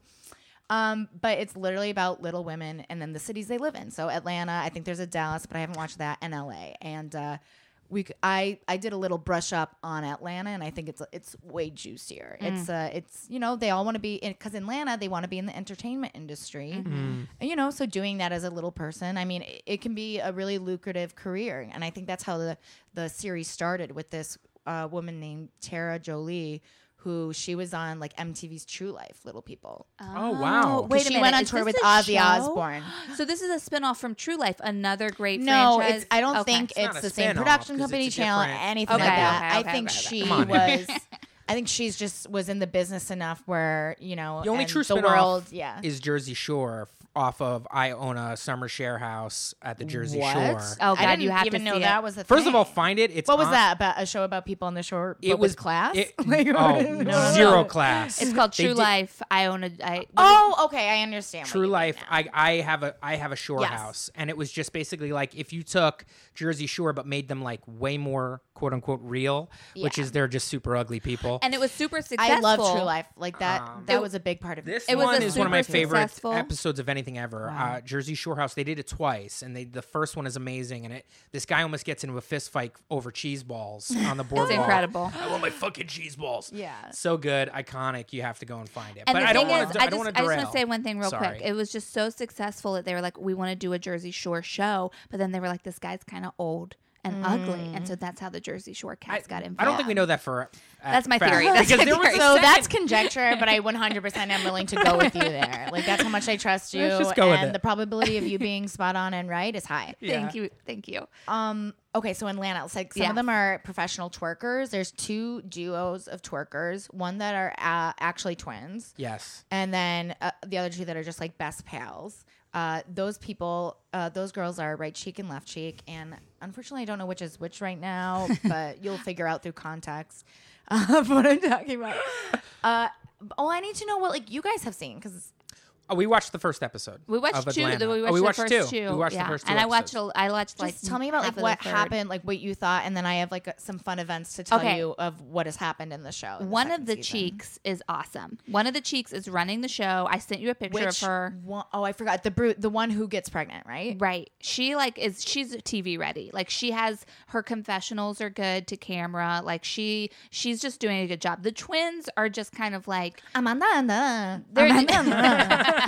Um, but it's literally about little women and then the cities they live in. So Atlanta, I think there's a Dallas, but I haven't watched that, and LA. And uh, we, c- I, I did a little brush up on Atlanta, and I think it's it's way juicier. It's Mm. uh, it's you know they all want to be because in Atlanta they want to be in the entertainment industry. Mm-hmm. Mm. And, you know so doing that as a little person i mean it, it can be a really lucrative career and i think that's how the the series started with this uh, woman named tara jolie who she was on like mtv's true life little people Oh, wow. Wait a she minute. went on is tour this with a Ozzy show? Osbourne. So this is a spinoff from True Life, another great no franchise. it's, i don't Okay. think It's not it's, a the same spin-off, production 'cause company it's a channel different- anything Okay, like that okay, i okay, think okay, okay. she Come on. was i think she's just was in the business enough where you know The only and true the spinoff world yeah Is Jersey Shore f- off of I own a summer share house at the Jersey What? Shore. Oh, God, I didn't you have to even know see it. that was the First of all, thing. find it. It's What was on- that about? A show about people on the shore? It It was was class. It, Like, oh, no, no, zero no. class. it's called They True did- Life. I own a I what Oh, okay, I understand. what you True mean Life. now. I, I have a I have a shore Yes. house, and it was just basically like if you took Jersey Shore but made them like way more quote unquote real, which Yeah. is they're just super ugly people. and it was super successful. I love True Life. Like that. Um, that It- was a big part of This It was one a is one of my super favorite successful- episodes of anything ever. Uh, Jersey Shore House. They did it twice, and they the first one is amazing. And it this guy almost gets into a fist fight over cheese balls on the boardwalk. incredible. I want my fucking cheese balls. Yeah. so good, iconic. You have to go and find it. And but the I don't thing want is, to. I don't just, want I to just derail. want to say one thing real Sorry. quick. It was just so successful that they were like, we want to do a Jersey Shore show, but then they were like, this guy's kind of old and ugly, and so Mm. that's how the Jersey Shore I, cats got involved. I don't think we know that for. a- a That's my fact, theory. That's because my there was theory. a So second- that's conjecture, but I 100% am willing to go with you there. Like that's how much I trust you, Let's just go with and it. the probability of you being spot on and right is high. Thank you, thank you. Um. Okay, so in Atlanta, it's like some Yeah. of them are professional twerkers. There's two duos of twerkers, one that are uh, actually twins, Yes. and then uh, the other two that are just like best pals. Uh, those people, uh, those girls are right cheek and left cheek, and unfortunately, I don't know which is which right now, but you'll figure out through context uh, what I'm talking about. Uh, oh, I need to know what like you guys have seen because Oh, we watched the first episode. We watched of two. Atlanta. the- We watched, oh, we watched the two. first two. We watched yeah. the first two. and I watched. episodes. A, I watched like. Just tell me about half of like the what third. happened, like what you thought, and then I have like a, some fun events to tell Okay. you of what has happened in the show. in One of second the season. cheeks is awesome. One of the cheeks is running the show. I sent you a picture of Which her. One, oh, I forgot the brute, the one who gets pregnant, right? Right. She like is she's TV ready. Like she has her confessionals are good to camera. Like she she's just doing a good job. The twins are just kind of like Amanda, Amanda, They're-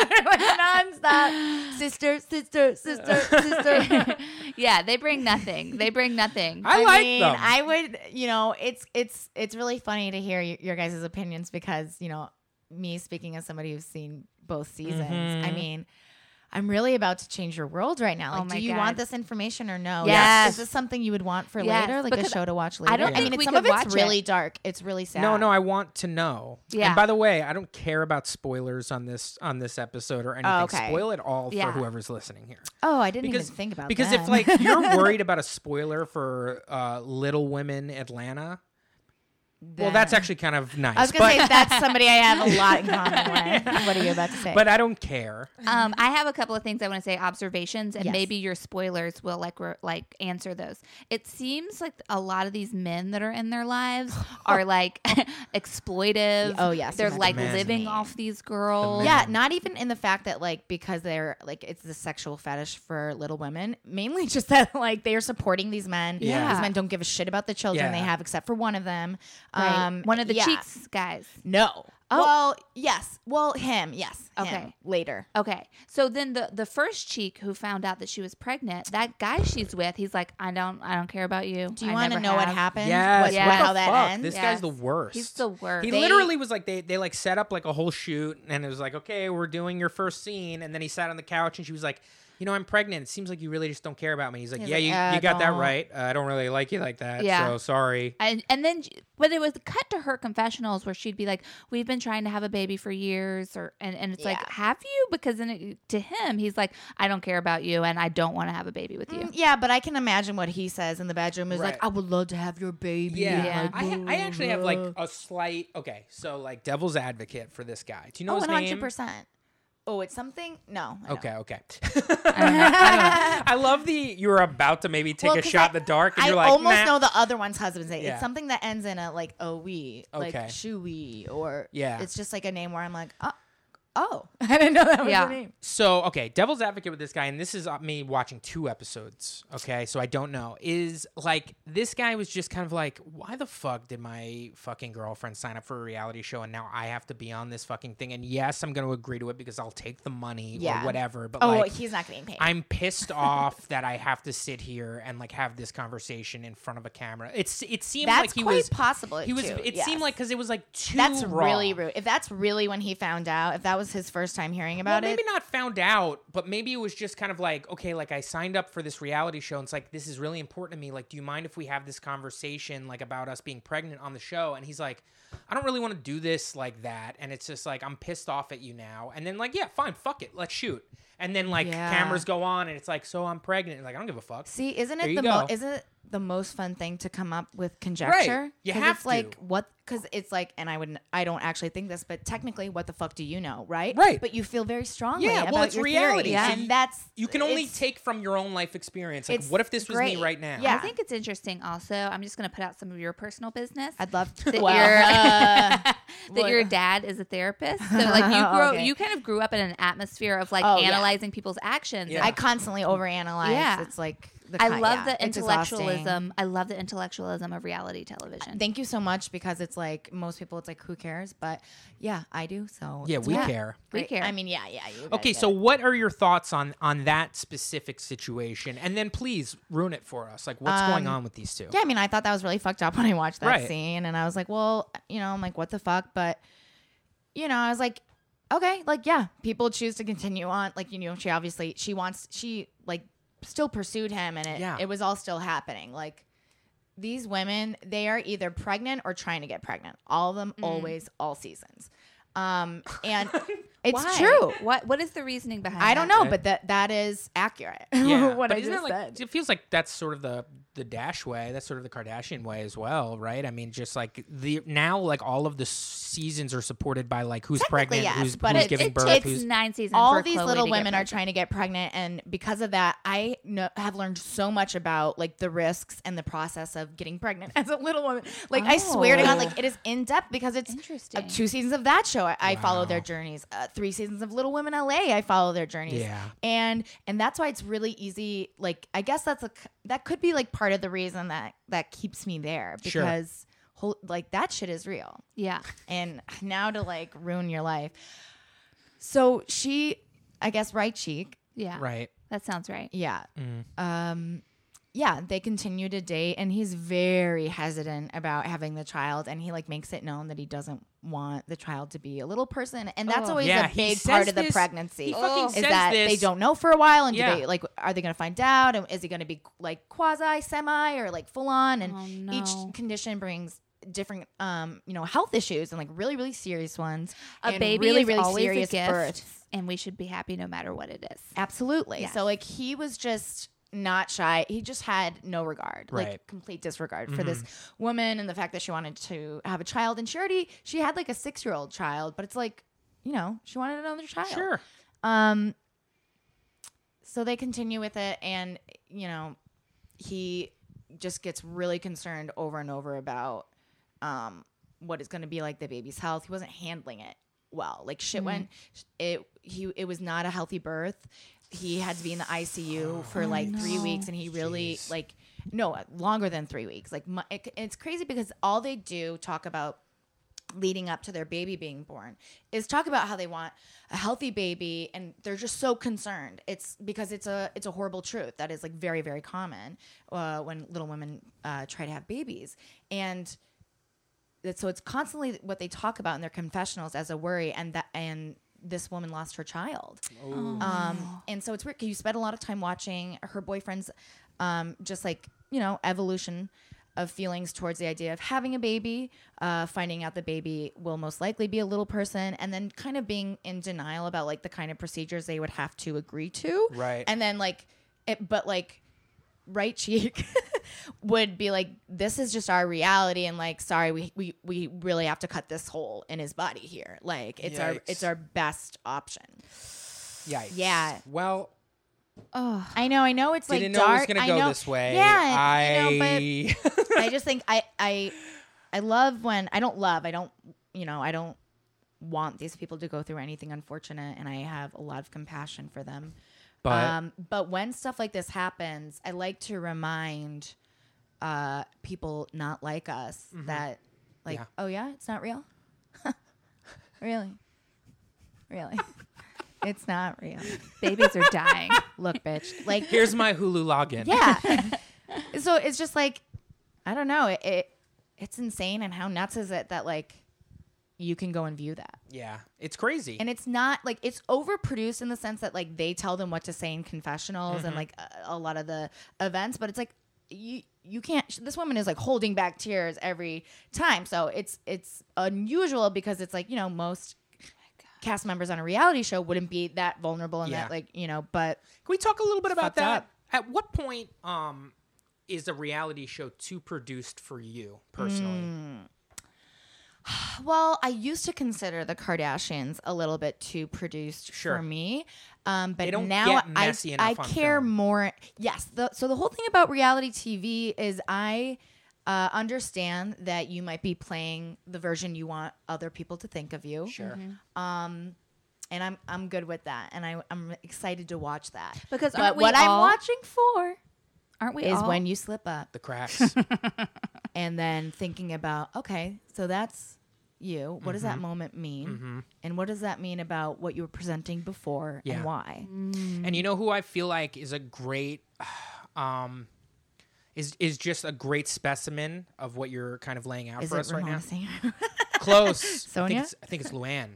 nonstop. Sister, sister, sister, sister. yeah, they bring nothing. They bring nothing. I, like mean, them. I would, you know, it's it's it's really funny to hear y- your guys' opinions because you know, me speaking as somebody who's seen both seasons. I Mhm. mean, I'm really about to change your world right now. Oh Like, do my you God. want this information or no? Yes. Is this something you would want for Yes, later, like a because show to watch later? I don't think mean, we some could of it's watch it. really dark. It's really sad. No, no, I want to know. Yeah. And by the way, I don't care about spoilers on this on this episode or anything. okay. Spoil it all Yeah. for whoever's listening here. Oh, I didn't Because- even think about because them. if like you're worried about a spoiler for uh, Little Women Atlanta, well, that's actually kind of nice. I was gonna but, say that's somebody I have a lot in common with. What are you about to say? but I don't care. Um, I have a couple of things I want to say, observations, and Mm-hmm. Yes. maybe your spoilers will like re- like answer those. It seems like a lot of these men that are in their lives are like exploitive. oh yes, they're you like men. living off these girls. The Yeah, men. not even in the fact that like because they're like it's the sexual fetish for little women, mainly just that like they are supporting these men. Yeah. These men don't give a shit about the children Yeah. they have except for one of them. Right. Um one of the yeah. cheeks guys. No. Oh. Well, yes. Well, him, yes. him. Okay. Later. Okay, so then the the first cheek who found out that she was pregnant, that guy she's with, he's like, I don't, I don't care about you. Do you I want never to know what have." happened? Yes, What, Yeah. what- What the how that Fuck, ends? this Yeah. guy's the worst. He's the worst. He They- literally was like they they like set up like a whole shoot and it was like okay we're doing your first scene and then he sat on the couch and she was like you know I'm pregnant it seems like you really just don't care about me he's like He's yeah like, you, "Uh, you got that don't." right uh, I don't really like you like that Yeah. so sorry And and then when it was cut to her confessionals where she'd be like, "We've been trying to have a baby for years," or and, and it's like, Yeah. "Have you?" Because then it, to him, he's like, "I don't care about you, and I don't want to have a baby with you." Mm, yeah, but I can imagine what he says in the bedroom is Right. like, I would love to have your baby. yeah, Yeah. I ha- I actually have like a slight okay so like devil's advocate for this guy do you know Oh, his one hundred name percent. Oh, it's something. No. I don't. okay okay I, don't know. I love the you're about to maybe take Well, a 'cause shot I- in the dark and I you're like almost nah. know the other one's husband's name. Yeah. It's something that ends in a like oh we, like Okay. Shui, or Yeah. It's just like a name where I'm like oh, oh, I didn't know that was Yeah. your name. So, okay, devil's advocate with this guy, and this is uh, me watching two episodes, okay? So I don't know. Is like, this guy was just kind of like, why the fuck did my fucking girlfriend sign up for a reality show and now I have to be on this fucking thing? And yes, I'm going to agree to it because I'll take the money Yeah. or whatever, but Oh, like, he's not getting paid. I'm pissed off that I have to sit here and like have this conversation in front of a camera. It's it seemed that's like he quite was possible. he was too, it yes. seemed like because it was like too that's raw. really rude. If that's really when he found out, if that was his first time hearing about well, it, maybe not found out, but maybe it was just kind of like, okay, like I signed up for this reality show, and it's like this is really important to me. Like, do you mind if we have this conversation like about us being pregnant on the show? And he's like, I don't really want to do this like that, and it's just like I'm pissed off at you now. And then like, yeah, fine, fuck it, let's shoot. And then like Yeah. cameras go on, and it's like, so I'm pregnant. Like I don't give a fuck. See, isn't There it you the go. mo- isn't it the most fun thing to come up with conjecture? You 'Cause have it's like to. what because it's like, and I wouldn't, I don't actually think this, but technically, what the fuck do you know, right? Right. But you feel very strongly. Yeah, well, about it's your reality, Theory, so and you- that's You can only it's- take from your own life experience. Like, it's what if this was great. me right now? Yeah. I think it's interesting. Also, I'm just going to put out some of your personal business. I'd love to. that well, your uh, that your what- dad is a therapist. So like you grew Okay. you kind of grew up in an atmosphere of like Oh, yeah. analyzing people's actions. Yeah. I constantly overanalyze. Yeah. It's like the I ki- love yeah, the it's exhausting. intellectualism. I love the intellectualism of reality television. Thank you so much because it's like most people, it's like who cares, but yeah, I do. So Yeah, it's we great. care. We Great. care. I mean, yeah, yeah. you guys Okay, did so it. what are your thoughts on on that specific situation? And then please ruin it for us. Like what's going Um, on with these two? Yeah, I mean, I thought that was really fucked up when I watched that Right. scene, and I was like, well, you know, I'm like, what the fuck? But you know, I was like, okay, like yeah, people choose to continue on. Like you know, she obviously she wants she like still pursued him, and it Yeah. it was all still happening. Like these women, they are either pregnant or trying to get pregnant. All of them, Mm. always, all seasons. Um, and it's Why? true. What what is the reasoning behind? I don't that? know, Okay. but that that is accurate. Yeah, what but I isn't just that like said. it feels like that's sort of the the dash way. That's sort of the Kardashian way as well, right? I mean, just like the now, like all of the seasons are supported by like who's pregnant, yes, who's, but who's it- giving it birth, takes who's nine seasons. all for these Khloe little to get women are pregnant. trying to get pregnant and because of that i know, have learned so much about like the risks and the process of getting pregnant as a little woman like i swear to god Oh. like it is in depth because it's uh, Interesting. two seasons of that show i, I follow their Wow. journeys uh, three seasons of little women la i follow their journeys Yeah. and and that's why it's really easy like i guess that's a c- that could be like part of the reason that that keeps me there Sure. because whole, like that shit is real yeah. and now to like ruin your life. So she, I guess, right cheek. Yeah. right. That sounds right. Yeah. Mm. Um, yeah, they continue to date, and he's very hesitant about having the child, and he like makes it known that he doesn't want the child to be a little person, and that's Oh. always Yeah, a he big says part of the this- pregnancy. He fucking is says that this. they don't know for a while, and Yeah. do they like are they going to find out, and is he going to be like quasi, semi, or like full on, and oh, no. each condition brings different um you know health issues and like really really serious ones a and baby really is really always serious a gift, births and we should be happy no matter what it is. absolutely Yes. so like he was just not shy he just had no regard Right. like complete disregard for this Mm-hmm. woman and the fact that she wanted to have a child and she already she had like a six year old child but it's like you know she wanted another child Sure. um so they continue with it and you know he just gets really concerned over and over about um what is going to be like the baby's health. He wasn't handling it well. Like shit went it he it was not a healthy birth. He had to be in the ICU for like 3 no. weeks and he really Jeez. like no, longer than 3 weeks. Like mu- it, it's crazy because all they do talk about leading up to their baby being born is talk about how they want a healthy baby and they're just so concerned it's because it's a it's a horrible truth that is like very very common uh, when little women uh, try to have babies and that so it's constantly what they talk about in their confessionals as a worry and that and this woman lost her child Oh. um, and so it's weird 'cause you spent a lot of time watching her boyfriend's um, just like you know evolution of feelings towards the idea of having a baby uh, finding out the baby will most likely be a little person and then kind of being in denial about like the kind of procedures they would have to agree to Right. and then like it but like right cheek would be like this is just our reality and like sorry we we, we really have to cut this hole in his body here like it's our Yikes. it's our best option Yikes. Yeah. Well, Oh, i know i know it's didn't like know dark it was gonna I go know- this way. yeah I. you know, but i just think i i i love when i don't love i don't you know i don't want these people to go through anything unfortunate and i have a lot of compassion for them But- um, but when stuff like this happens, I like to remind uh, people not like us that, like, Mm-hmm. Yeah. oh yeah, it's not real. really, really, it's not real. babies are dying. Look, bitch. Like, Here's my Hulu login. yeah. so it's just like, I don't know. It, it it's insane, and how nuts is it that like you can go and view that. Yeah. It's crazy. And it's not like it's overproduced in the sense that like they tell them what to say in confessionals Mm-hmm. and like a, a lot of the events, but it's like you you can't. This woman is like holding back tears every time, so it's it's unusual because it's like you know most Oh cast members on a reality show wouldn't be that vulnerable and Yeah. that like you know, but Can we talk a little bit about fucked that? up. At what point um is a reality show too produced for you personally? Well, I used to consider the Kardashians a little bit too produced Sure. for me, um, but They don't now get I messy I enough on care film. more. Yes, the, so the whole thing about reality TV is I uh, understand that you might be playing the version you want other people to think of you, um, Sure. and I'm I'm good with that, and I I'm excited to watch that. Because But aren't we what I'm all- watching for Aren't we is all? when you slip up. The cracks. and then thinking about okay so that's you what does that Mm-hmm. moment mean and what does that mean about what you were presenting before Yeah. and why and you know who I feel like is a great um is is just a great specimen of what you're kind of laying out is for it us right Ramona now? Singer? Close. Sonia? I think it's, I think it's Luann.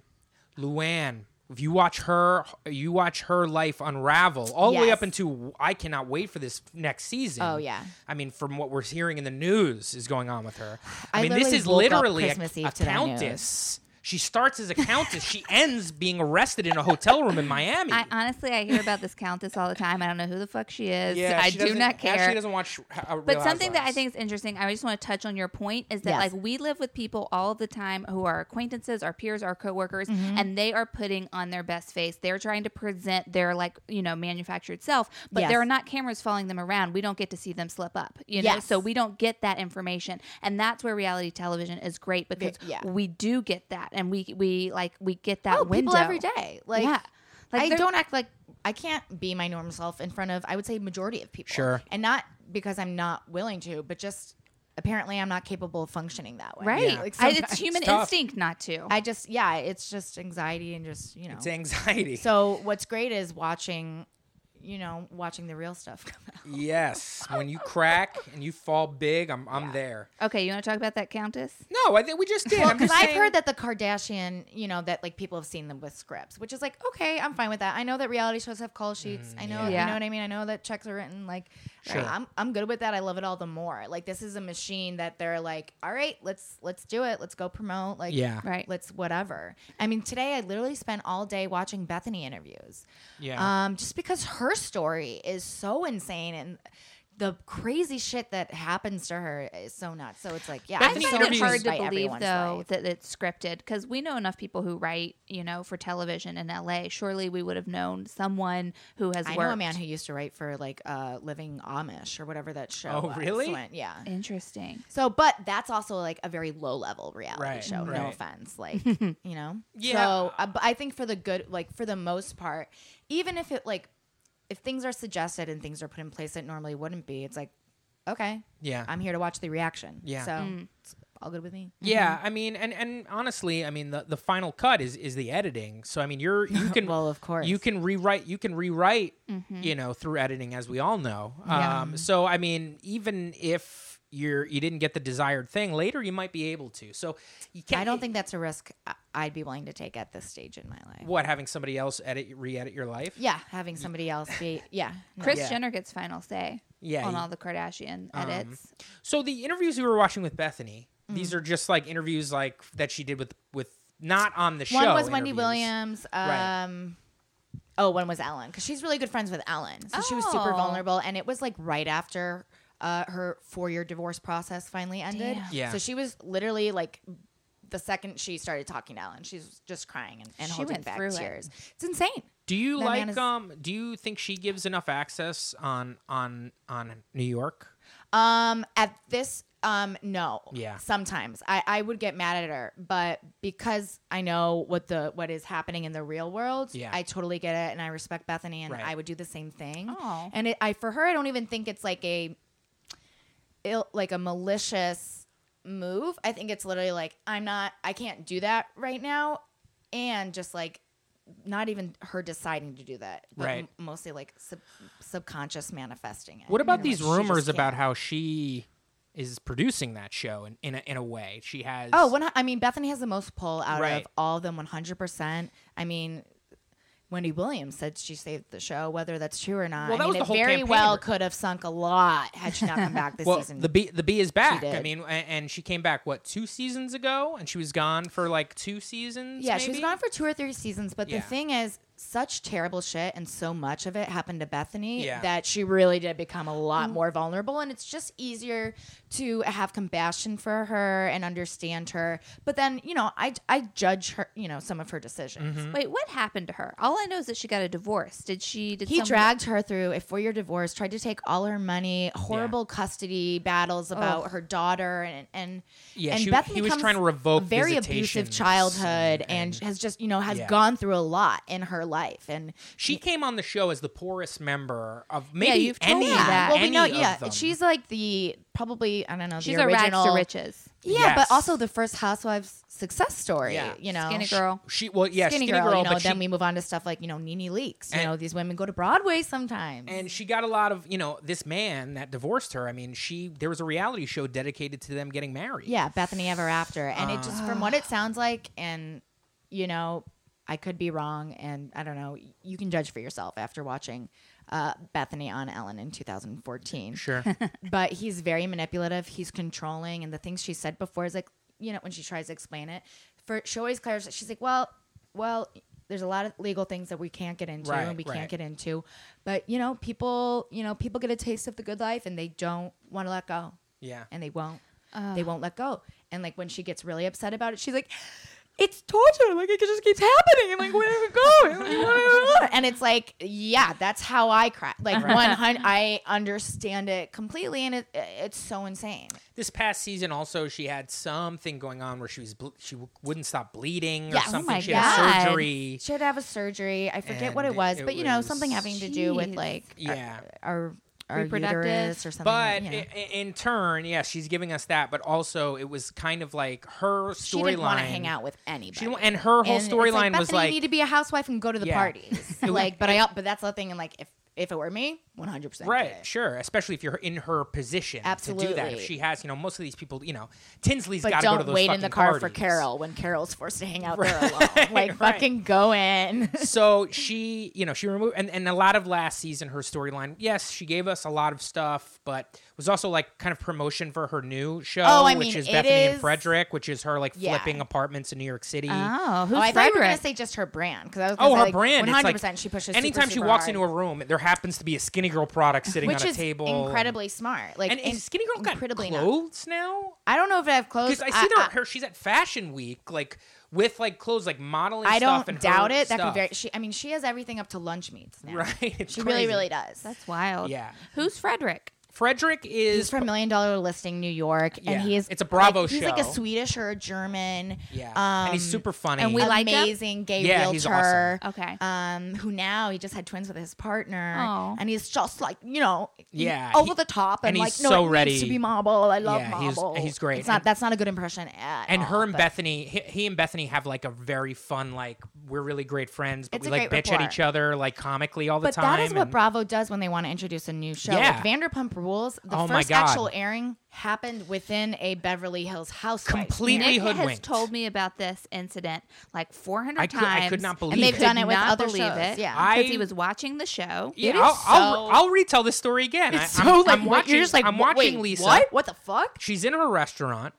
Luann. If you watch her, you watch her life unravel all the way Yes. up into. I cannot wait for this next season. Oh, yeah. I mean, from what we're hearing in the news is going on with her. I, I mean, this is literally woke up literally a, Christmas Eve a to that countess She starts as a countess. she ends being arrested in a hotel room in Miami. I honestly, I hear about this countess all the time. I don't know who the fuck she is. yeah, I she do doesn't- not care. Ashley doesn't watch. uh, Real But something that I Housewives. think is interesting, I just want to touch on your point, is that Yes. like we live with people all the time who are acquaintances, our peers, our coworkers, Mm-hmm. and they are putting on their best face. They're trying to present their like you know manufactured self, but Yes. there are not cameras following them around. We don't get to see them slip up, you know. Yes. So we don't get that information, and that's where reality television is great because yeah. we do get that, and we we like we get that oh, window people every day. Like, yeah. Like I they're- don't act like I can't be my normal self in front of I would say majority of people. Sure. And not because I'm not willing to, but just apparently I'm not capable of functioning that way. right. Yeah. Like I, sometimes- it's human tough. instinct not to. I just yeah, it's just anxiety and just, you know. it's anxiety. So what's great is watching you know, watching the real stuff come out. yes, when you crack and you fall big, I'm I'm there. okay, you want to talk about that countess? No, I think we just did. Well, I'm just because I've saying- heard that the Kardashian, you know, that like people have seen them with scripts, which is like, okay, I'm fine with that. I know that reality shows have call sheets. I know, yeah. you know what I mean. I know that checks are written. Like, Mm, Sure. I'm I'm good with that. I love it all the more. Like, this is a machine that they're like, all right, let's let's do it. Let's go promote. Like, Yeah. Right. Let's whatever. I mean, today I literally spent all day watching Bethany interviews. Yeah. Um, just because her story is so insane and. The crazy shit that happens to her is so nuts. So it's like, yeah, I I'm find so it hard intrigued to by believe, everyone's though, life. that it's scripted because we know enough people who write, you know, for television in LA. Surely we would have known someone who has I worked. know a man who used to write for like uh, Living Amish or whatever that show. Oh, was. really? When- yeah. Interesting. So, but that's also like a very low level reality Right, show. No right. offense, like you know. Yeah. So, uh, but I think for the good, like for the most part, even if it like if things are suggested and things are put in place that normally wouldn't be, it's like okay, yeah. I'm here to watch the reaction. Uh-huh. Yeah. So it's all good with me. yeah, I mean, and and honestly, I mean, the, the final cut is is the editing. So I mean, you're you can well, of course. Mm-hmm. you can rewrite you can rewrite you know through editing as we all know um so i mean even if you're you didn't get the desired thing later you might be able to so you can't I don't think that's a risk I- I'd be willing to take at this stage in my life. what having somebody else edit re-edit your life Yeah, having somebody else be yeah. no. Chris Yeah. Jenner gets final say yeah Um, on you- all the Kardashian edits. so the interviews we were watching with bethany Mm. these are just like interviews like that she did with with not on the show One was Wendy interviews. Williams. Right. Um, Oh, one was Ellen because she's really good friends with Ellen, so she was super Oh. vulnerable, and it was like right after uh, her four-year divorce process finally ended. Damn. Yeah. so she was literally like. The second she started talking to Ellen, she's just crying and, and She holding went back through it. tears. It's insane. do you That man like is- um do you think she gives enough access on on on new york Um, at this, um, no. Yeah. Sometimes I, I would get mad at her, but because I know what the what is happening in the real world, Yeah. I totally get it, and I respect Bethany, and Right. I would do the same thing. Oh. And it, I for her, I don't even think it's like a, ill, like a malicious move. I think it's literally like I'm not, I can't do that right now, and just like. Not even her deciding to do that, but Right. m- mostly like sub- subconscious manifesting it. What about You know, these like, she just rumors can't. about how she is producing that show in in a, in a way she has? Oh, when I, I mean, Bethany has the most pull out Right. of all of them, one hundred percent. I mean, Wendy Williams said she saved the show, whether that's true or not. Well, I that mean, was the it whole very campaign. well could have sunk a lot had she not come back this well, season. the B the B is back. I did. mean, a- and she came back what two seasons ago, and she was gone for like two seasons. yeah, she was maybe? gone for two or three seasons, but Yeah. the thing is, such terrible shit and so much of it happened to Bethany Yeah. Mm. that she really did become a lot more vulnerable. And it's just easier to have compassion for her and understand her. But then, you know, I, I judge her, you know, some of her decisions. Mm-hmm. hmm. Wait, what happened to her? All I know is that she got a divorce. Did she? Did He someone- dragged her through a four year divorce, tried to take all her money, horrible custody battles Oh. about her daughter, and and Yeah, and she- Bethany he was comes trying to revoke a very abusive visitations childhood, and- and, has just you know has Yeah. gone through a lot in her life, and She came on the show as the poorest member of maybe you've told any. me that. well, we any know, of yeah, them. she's like the probably I don't know, She's the a rags original, to riches. yeah, Yes. but also the first housewives success story, Yeah. you know, Skinny girl. she well yeah Skinny girl, you know. but Then she we move on to stuff like you know Nene Leaks. You And- know, these women go to Broadway sometimes. and she got a lot of you know this man that divorced her. I mean, she there was a reality show dedicated to them getting married. Yeah, Bethany Ever After. And it just, from Ah. what it sounds like, and, you know, I could be wrong, and I don't know, you can judge for yourself after watching uh, Bethany on Ellen in 2014. sure. But he's very manipulative, he's controlling, and the things she said before is like, you know, when she tries to explain it, for she always clarifies. She's like, well, well, there's a lot of legal things that we can't get into Right, and we right. can't get into, but you know, people, you know, people get a taste of the good life and they don't want to let go Yeah. and they won't, Ugh. they won't let go. And like when she gets really upset about it, she's like. It's torture. Like it just keeps happening. I'm like, where do we go? Where do we go? and it's like, yeah, that's how I cry. Like, one hundred. I understand it completely, and it, it's so insane. This past season, also, she had something going on where she was ble- she w- wouldn't stop bleeding or Yes. Oh something. my she had God. surgery. She had to have a surgery. I forget what And it was, it but you know, was- something having to do with Jeez. like Yeah. our, our Reproductive. uterus or something. But like, i- i- in turn, yeah, she's giving us that. But also, it was kind of like her storyline. she didn't want to hang out with anybody. She didn't wa- and her whole And it's like, storyline was "Bethany, like, you need to be a housewife and go to the Yeah. parties. It was- like, but I but that's the thing. And like, if if it were me, one hundred percent. right, sure, especially if you're in her position to do that. If Absolutely. she has, you know, most of these people, you know, Tinsley's But got to go don't to those wait in the fucking car for parties. Carol when Carol's forced to hang out there alone. Like, Right. fucking go in. so she, you know, she removed and, and a lot of last season her storyline. Yes, she gave us a lot of stuff, but was also like kind of promotion for her new show, Oh, I which mean, is it Bethany and is- Frederick, which is her like Yeah. flipping apartments in New York City. Oh, who's Oh, I thought you were gonna Frederick? say just her brand because I was. Gonna Oh, say, her like, brand! One hundred it's like percent. She pushes. Anytime super, she super walks hard. into a room, there happens to be a Skinny Girl product sitting which on a is table. and- incredibly smart. Like And, is Skinny Girl got incredibly not- clothes now. I don't know if I have clothes. Because I see her, her, she's at Fashion Week, like with like clothes, like modeling. I stuff don't and doubt her it. That could stuff. be very. She, I mean, she has everything up to lunch meets now. right. It's She crazy. really, really does. That's wild. Yeah. Who's Frederick? Frederick He's is from Million Dollar Listing, New York, Yeah. and he is. It's a Bravo like, He's like a show. Swedish or a German. yeah, um, and he's super funny. and we like- him? amazing gay Yeah, realtor. he's Okay. Um, who now he just had twins with his partner, Oh. and he's just like you know, he- Yeah, over he- the top, and, and like he's no, so it needs ready. to be marble. I love Yeah, he's- marble. he's great. It's not And- that's not a good impression at and all, her and but- Bethany, he, he and Bethany have like a very fun, like we're really great friends, but It's we a like great bitch at rapport. each other like comically all the But time. that is what and- Bravo does when they want to introduce a new show. Yeah. Like Vanderpump Rules, the Oh my first God. actual airing happened within a Beverly Hills house. Completely Nick has hoodwinked. told me about this incident like 400 I could- times. I could not believe and they've it. done Could it with not other believe shows. it. Yeah, Yeah. because I- he was watching the show. Yeah, It is I'll, I'll, so- I'll retell this story again. I, It's am so like I'm what- watching. You're just like I'm "Wha- watching wait, Lisa. What? What the fuck? She's in a restaurant.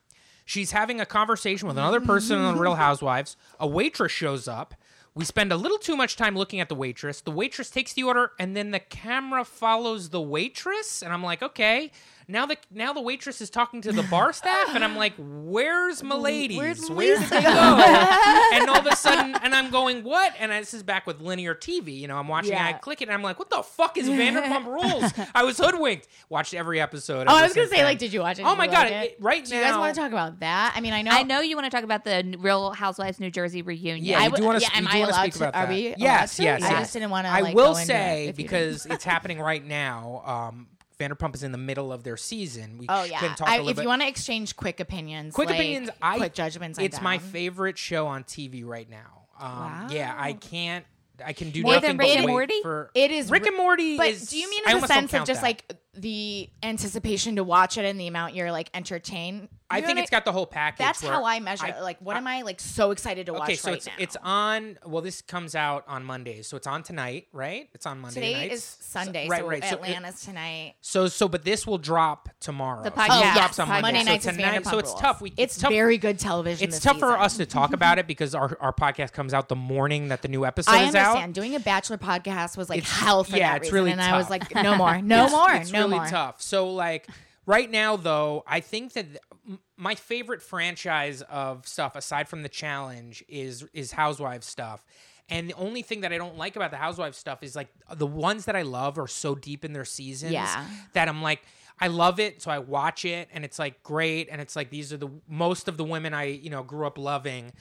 She's having a conversation with another person on The Real Housewives. A waitress shows up. We spend a little too much time looking at the waitress. The waitress takes the order, and then the camera follows the waitress. And I'm like, okay, now the now the waitress is talking to the bar staff, and I'm like, where's Milady? Where's Where did Lisa? they go? and all of a sudden, and I'm going, what? And I, this is back with linear TV. You know, I'm watching. Yeah. And I click it, and I'm like, what the fuck is Vanderpump Rules? I was hoodwinked. Watched every episode. ever Oh, I was gonna since say, then. like, did you watch it? Oh Did my you god! like it- it? it- right Do now, you guys want to talk about that? I mean, I know. I know you want to talk about the n- Real Housewives New Jersey reunion. Yeah, I you do would- want yeah, to. am you I do want to allowed speak to- about are that. we yes, allowed yes, to? yes. I just didn't wanna, I like, will go into say it if you because it's happening right now. Um, Vanderpump is in the middle of their season. We Oh sh- yeah. can talk I- a little if bit. you want to exchange quick opinions, quick like, opinions, I quick judgments. I'm It's my down. favorite show on TV right now. Um, Yeah, I can't. I can do More nothing than Rick but and wait Morty? for It is Rick and Morty. But is, do you mean I in the almost don't sense of count just that. like the anticipation to watch it and the amount you're like entertained? You I know think what it's got the whole package. That's where how I measure. I- it. like, what am I like so excited to watch Okay, so right it's now? it's on. Well, this comes out on Mondays, so it's on tonight, right? It's on Monday today nights. is Sunday, so, right, right. So it- Atlanta's tonight. So so, but this will drop tomorrow. The So podcast. it Oh, yes. drops on Monday. Monday so nights is tonight. So Vanderpump it's Rules. tough. We It's, tough. very good television. It's this tough for season. us to talk about it because our, our podcast comes out the morning that the new episode I is understand. out. Doing a bachelor podcast was like It's- hell for yeah, that it's reason, really and I was tough. like, no more, no more, It's no really more. tough. So like right now though, I think that th- m- my favorite franchise of stuff aside from the challenge is is Housewives stuff. And the only thing that I don't like about the Housewives stuff is like the ones that I love are so deep in their seasons Yeah. that I'm like I love it, so I watch it and it's like great and it's like these are the most of the women I, you know, grew up loving.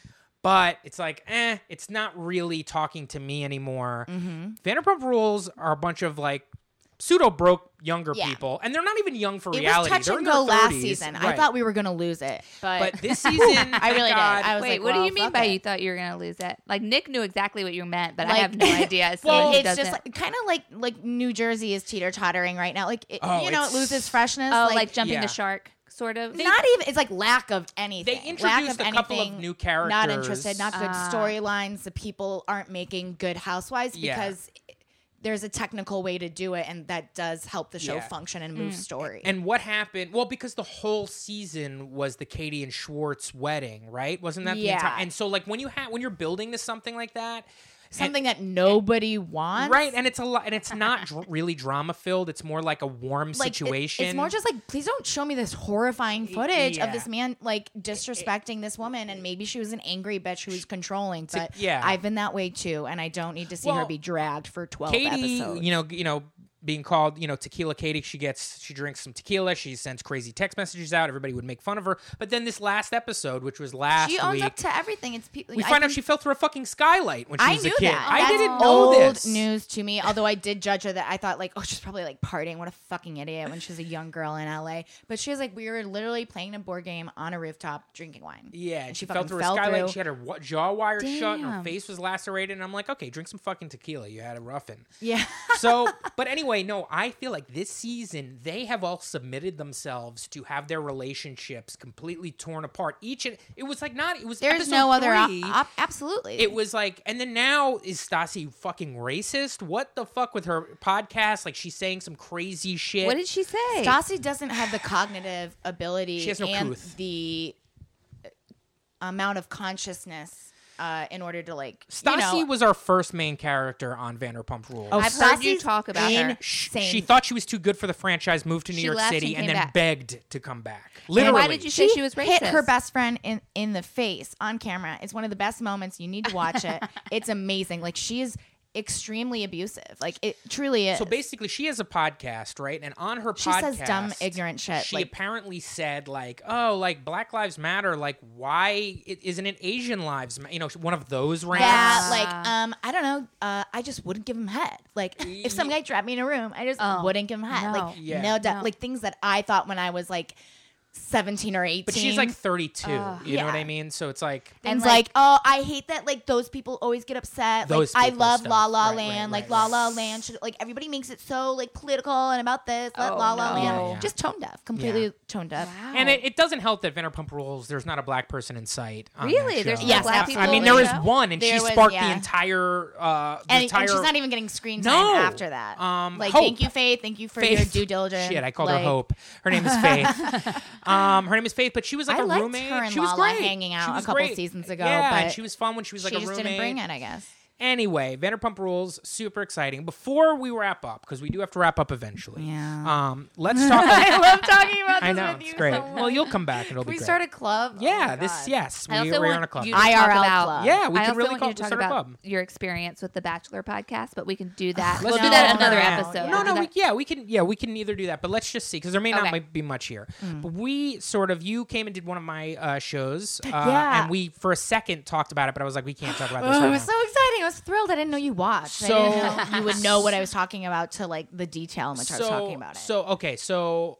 But it's like, eh, it's not really talking to me anymore. Mm-hmm. Vanderpump Rules are a bunch of like pseudo broke younger Yeah. people, and they're not even young for It was reality. touch they're and in their go last 30s. season. I Right. thought we were gonna lose it, but, but this season, I really thank did. God- I was Wait, like, what do well, you mean fuck by it. you thought you were going to lose it? Like Nick knew exactly what you meant, but I Like- have no idea. So Well, he it's doesn't. just like, kind of like like New Jersey is teeter tottering right now. Like it, Oh, you know, it it's- loses freshness. oh, like, jumping yeah. the shark, sort of. not even it's like lack of anything. they lack introduced of a couple of anything, new characters. Not interested. Not good Ah. storylines. The people aren't making good housewives Yeah. because there's a technical way to do it, and that does help the show Yeah. function and move Mm. story. And what happened? Well, because the whole season was the Katie and Schwartz wedding, right? Wasn't that the Yeah. entire? And so, like when you ha- when you're building to something like that, Something that nobody wants, right? And it's a lot, and it's not dr- really drama filled. It's more like a warm Like, it- situation. it's more just like, please don't show me this horrifying footage yeah. of this man like disrespecting this woman, and maybe she was an angry bitch who was controlling. But yeah. I've been that way too, and I don't need to see her Well, be dragged for twelve Katie, episodes. you know, you know, being called, you know, tequila Katie. She gets, she drinks some tequila. She sends crazy text messages out. Everybody would make fun of her. But then this last episode, which was last she owns week, up to everything. It's people. we find out she fell through a fucking skylight when she I was knew a kid. that. I That's didn't know old this. news to me. Although I did judge her that I thought like, oh, she's probably like partying. What a fucking idiot when she was a young girl in LA. But she was like, we were literally playing a board game on a rooftop drinking wine. Yeah, And and she she, fell fucking through fell a skylight. through. and She had her wa- jaw wired shut, and her Damn. face was lacerated. And I'm like, okay, drink some fucking tequila. You had a ruffin. Yeah. So, but anyway, no, I feel like this season they have all submitted themselves to have their relationships completely torn apart. Each and it was like not it was There's episode no other op- three. op- absolutely. it was like, and then now is Stassi fucking racist? What the fuck with her podcast? Like she's saying some crazy shit. What did she say? Stassi doesn't have the cognitive ability She has no and couth. the amount of consciousness uh, in order to like Stassi you know, was our first main character on Vanderpump Rules. Oh, I've heard you Stassi's talk about her. Sh- Insane. She thought she was too good for the franchise, moved to New She York left City, and and, came then back. begged to come back. Literally. why did you say she was hit racist? her best friend in, in the face on camera. It's one of the best moments. You need to watch it. it's amazing. Like she is extremely abusive. Like it truly is. So basically, she has a podcast, right? And on her she podcast, says dumb, ignorant shit. She like apparently said, like, "Oh, like Black Lives Matter. Like, why i- isn't it Asian lives? ma-" You know, one of those rants. that. Ah. Like um, I don't know. Uh, I just wouldn't give him head. Like if some guy trapped me in a room, I just Oh, wouldn't give him head. no. Like Yeah. no, doubt. No. like things that I thought when I was like seventeen or eighteen. but she's like 32. Ugh. you know what Yeah. I mean? So it's like, And And, like, like- oh, I hate that. Like those people always get upset. Those like I people love La stuff. Right, La right, Land. like right, La right. La Land. Should, like everybody makes it so like political and about this. Let Oh, La La no. Land. Yeah, yeah. Just tone deaf. Completely tone deaf. and it, it doesn't help that Vanderpump Rules. There's not a black person in sight. on that Really? There's show. no Yes, black absolutely. people. I mean, in there the is show? one, and There she was- sparked yeah. the entire. Uh, the And, and entire she's not even getting screen time No. after that. Um, like, Hope. thank you, Faith. Thank you for your Faith. due diligence. Shit, I called Like, her Hope. Her name is Faith. um, her name is Faith, but she was like I a liked roommate. her and she was Lala great. hanging out She a was couple great. seasons ago, Yeah, but and she was fun when she was like she a just roommate. didn't bring it, I guess. Anyway, Vanderpump Rules, super exciting. Before we wrap up, because we do have to wrap up eventually. Yeah. Um, let's talk. I love talking about I know it's great. Well, you'll come back. and It'll Can we be great. start a club? yeah, Oh my this God. yes, I we, also we're want on a club. you to talk IRL about, club. yeah, we I could also really want call, you to talk start a about club. your experience with the Bachelor podcast, but we can do that. Let's we'll do do that that another now. episode. Yeah. No, We'll no, do we, that- yeah, we can, yeah, we can either do that, but let's just see because there may not Okay. might be much here. Hmm. But we sort of, you came and did one of my uh, shows, uh, Yeah. and we for a second talked about it, but I was like, we can't talk about this. Oh, right it was now. so exciting. I was thrilled. I didn't know you watched. I didn't So- know you would know what I was talking about to like the detail in which I was talking about it. So okay, so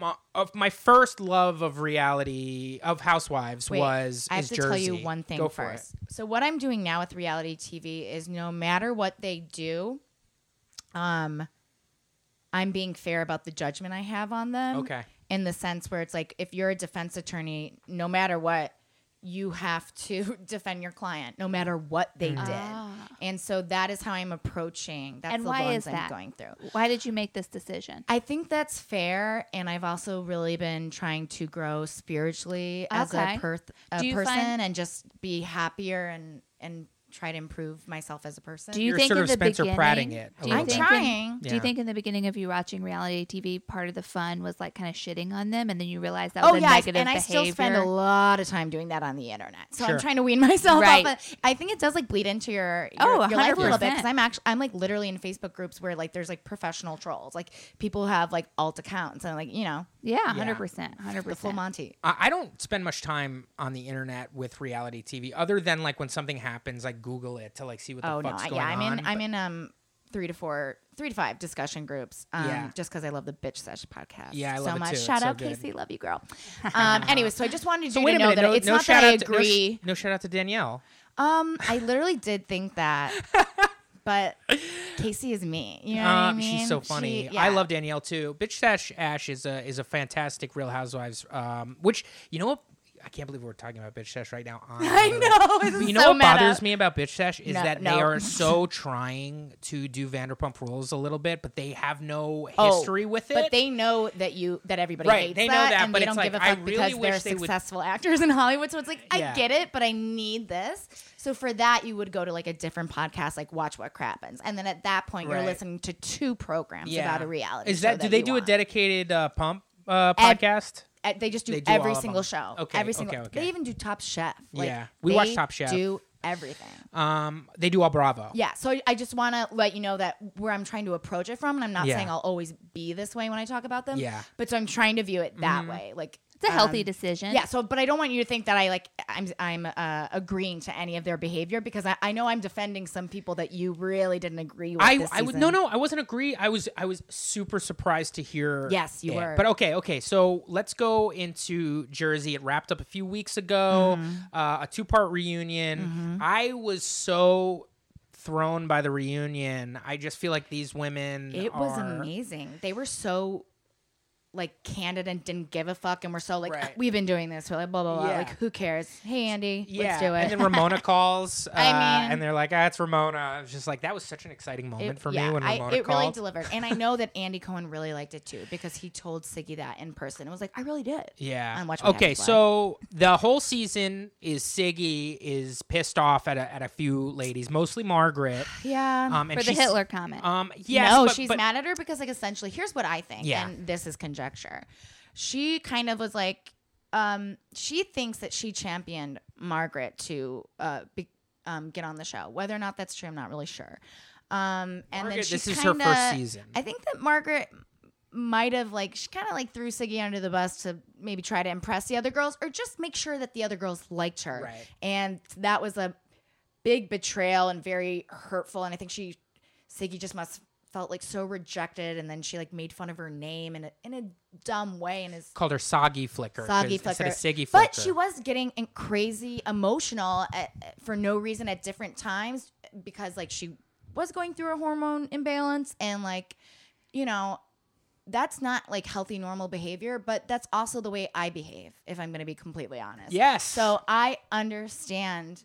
my, of my first love of reality of Housewives Wait, was I have is to Jersey. tell you one thing Go for it. first. So what I'm doing now with reality TV is no matter what they do, um, I'm being fair about the judgment I have on them. Okay. In the sense where it's like if you're a defense attorney, no matter what, you have to defend your client, no matter what they Ah. Mm-hmm. did. And so that is how I'm approaching. That's And the why lens is I'm that? going through. Why did you make this decision? I think that's fair, and I've also really been trying to grow spiritually as a, Okay. per- a Do you person, find- and just be happier and and try to improve myself as a person. Do you You're think sort in of the Spencer beginning? Pratting it a do you I'm think little bit. trying. Do you Yeah. think in the beginning of you watching reality TV, part of the fun was like kind of shitting on them, and then you realized that was oh a yeah, and negative I behavior? still spend a lot of time doing that on the internet, so I'm Sure. trying to wean myself Right. off. Of, I think it does like bleed into your, your Oh, your life a little bit 100%. because I'm actually I'm like literally in Facebook groups where like there's like professional trolls, like people who have like alt accounts and like you know yeah, hundred percent, hundred the full percent. Monty. I I don't spend much time on the internet with reality TV, other than like when something happens, I Google it to like see what the oh no fuck's I- going yeah i'm on. in i'm in um three to four three to five discussion groups um Yeah. just because i love the bitch sesh podcast Yeah, I so love it much too. It's shout so out good. casey love you girl um anyway so i just wanted you so to wait a know minute, that no, it's no not shout that i out to- no sh- agree No, shout out to Danielle. um i literally did think that but casey is me you know what I Um, mean? she's so funny. She- yeah. I love Danielle too. Bitch Sash Ash is a is a fantastic Real Housewives. Um, which you know what? I can't believe we're talking about bitch sesh right now. On I know. But This you is know so what meta. bothers me about bitch sesh is No, that no. they are so trying to do Vanderpump Rules a little bit, but they have no Oh, history with it. But they know that you that everybody Right, hates they know that, and but they it's don't give a like, fuck I really because they're wish they would- successful actors in Hollywood. So it's like Yeah. I get it, but I need this. So for that, you would go to like a different podcast, like Watch What Crap Happens, and then at that point, Right. you're listening to two programs Yeah. about a reality. is show that, do they you do a want. dedicated uh, pump uh, Ev- podcast? Uh, They just do, They do all every of single them. show. Okay, every single. okay, okay. They even do Top Chef. Like, Yeah. We watch they Top Chef. Do everything. Um, they do all Bravo. Yeah, so I, I just want to let you know that where I'm trying to approach it from, and I'm not Yeah. saying I'll always be this way when I talk about them. Yeah. but so I'm trying to view it that Mm-hmm. way, like It's a healthy um, decision. Yeah, so but I don't want you to think that I like I'm I'm uh, agreeing to any of their behavior because I, I know I'm defending some people that you really didn't agree with. I, this I would season. no no I wasn't agree I was I was super surprised to hear Yes, you it. were. but okay okay so let's go into Jersey it wrapped up a few weeks ago Mm-hmm. uh, a two part reunion I was so thrown by the reunion I just feel like these women It was are- amazing. They were so like candid and didn't give a fuck, and we're so like Right. we've been doing this for like blah blah blah. Yeah. Like who cares? Hey Andy, yeah let's do it. and then Ramona calls uh, I mean- and they're like ah it's Ramona It's just like that was such an exciting moment for me when Ramona I- it really called delivered, and I know that Andy Cohen really liked it too because he told Siggy that in person. It was like I really did. Yeah. on Watch What okay, Happens Live. so the whole season is Siggy is pissed off at a, at a few ladies, mostly Margaret. Yeah. Um, and for the she's- Hitler comment. Um, yes, no, but- she's but- mad at her because, like, essentially, here's what I think, Yeah. and this is conjecture. She kind of was like, um, she thinks that she championed Margaret to uh, be, um, get on the show. Whether or not that's true, I'm not really sure. Um, and Margaret, then she's this is her kinda, first season. I think that Margaret might have like she kind of like threw Siggy under the bus to maybe try to impress the other girls or just make sure that the other girls liked her. Right. And that was a big betrayal and very hurtful. And I think she Siggy just must felt like so rejected and then she like made fun of her name in a, in a dumb way and is Called her Soggy Flicker. 'cause Soggy Instead of flicker. Siggy Flicker. but she was getting in- crazy emotional at, at- for no reason at different times because like she was going through a hormone imbalance and like you know that's not like healthy normal behavior but that's also the way i behave if i'm going to be completely honest Yes. so i understand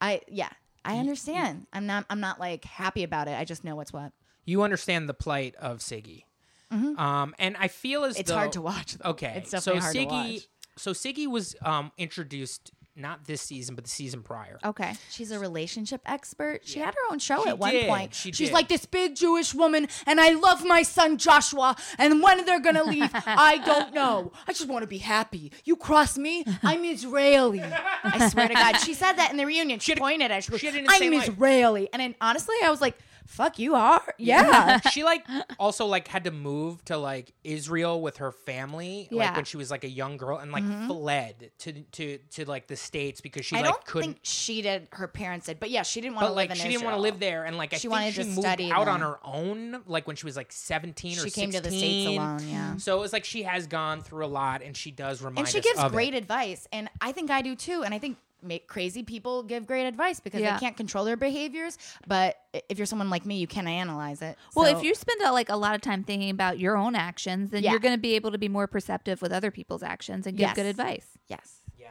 i yeah Mm-hmm. i understand i'm not i'm not like happy about it i just know what's what you understand the plight of Siggy. Um, and I feel as Mm-hmm. it's though hard to watch though. Okay. it's definitely so hard Siggy to watch so Siggy was um introduced not this season but the season prior. okay. She's a relationship expert. She had her own show She at one did. point. She She's did. like this big Jewish woman, and I love my son Joshua. And when they're gonna leave, I don't know. I just want to be happy. You cross me, I'm Israeli. I swear to God, she said that in the reunion. She, had a- pointed at. She goes, she had an I'm insane life." Israeli, and then, honestly, I was like, "Fuck, you are." Yeah. she like also like had to move to like Israel with her family like Yeah. when she was like a young girl and like fled to to to like the states because she Mm-hmm. I like don't couldn't think she did. Her parents did, but yeah, she didn't want to but live like in she didn't want to Israel. live there and like I She think wanted she to moved study out them. on her own like when she was like 17 or She came to the states 16. alone. Yeah. So it was like she has gone through a lot and she does remind and she us gives of it. great advice and i think i do too and i think make crazy people give great advice because Yeah. they can't control their behaviors but i- if you're someone like me you can analyze it Well, So- if you spend a, like a lot of time thinking about your own actions, then Yeah. you're going to be able to be more perceptive with other people's actions and give Yes. good advice. yes Yeah.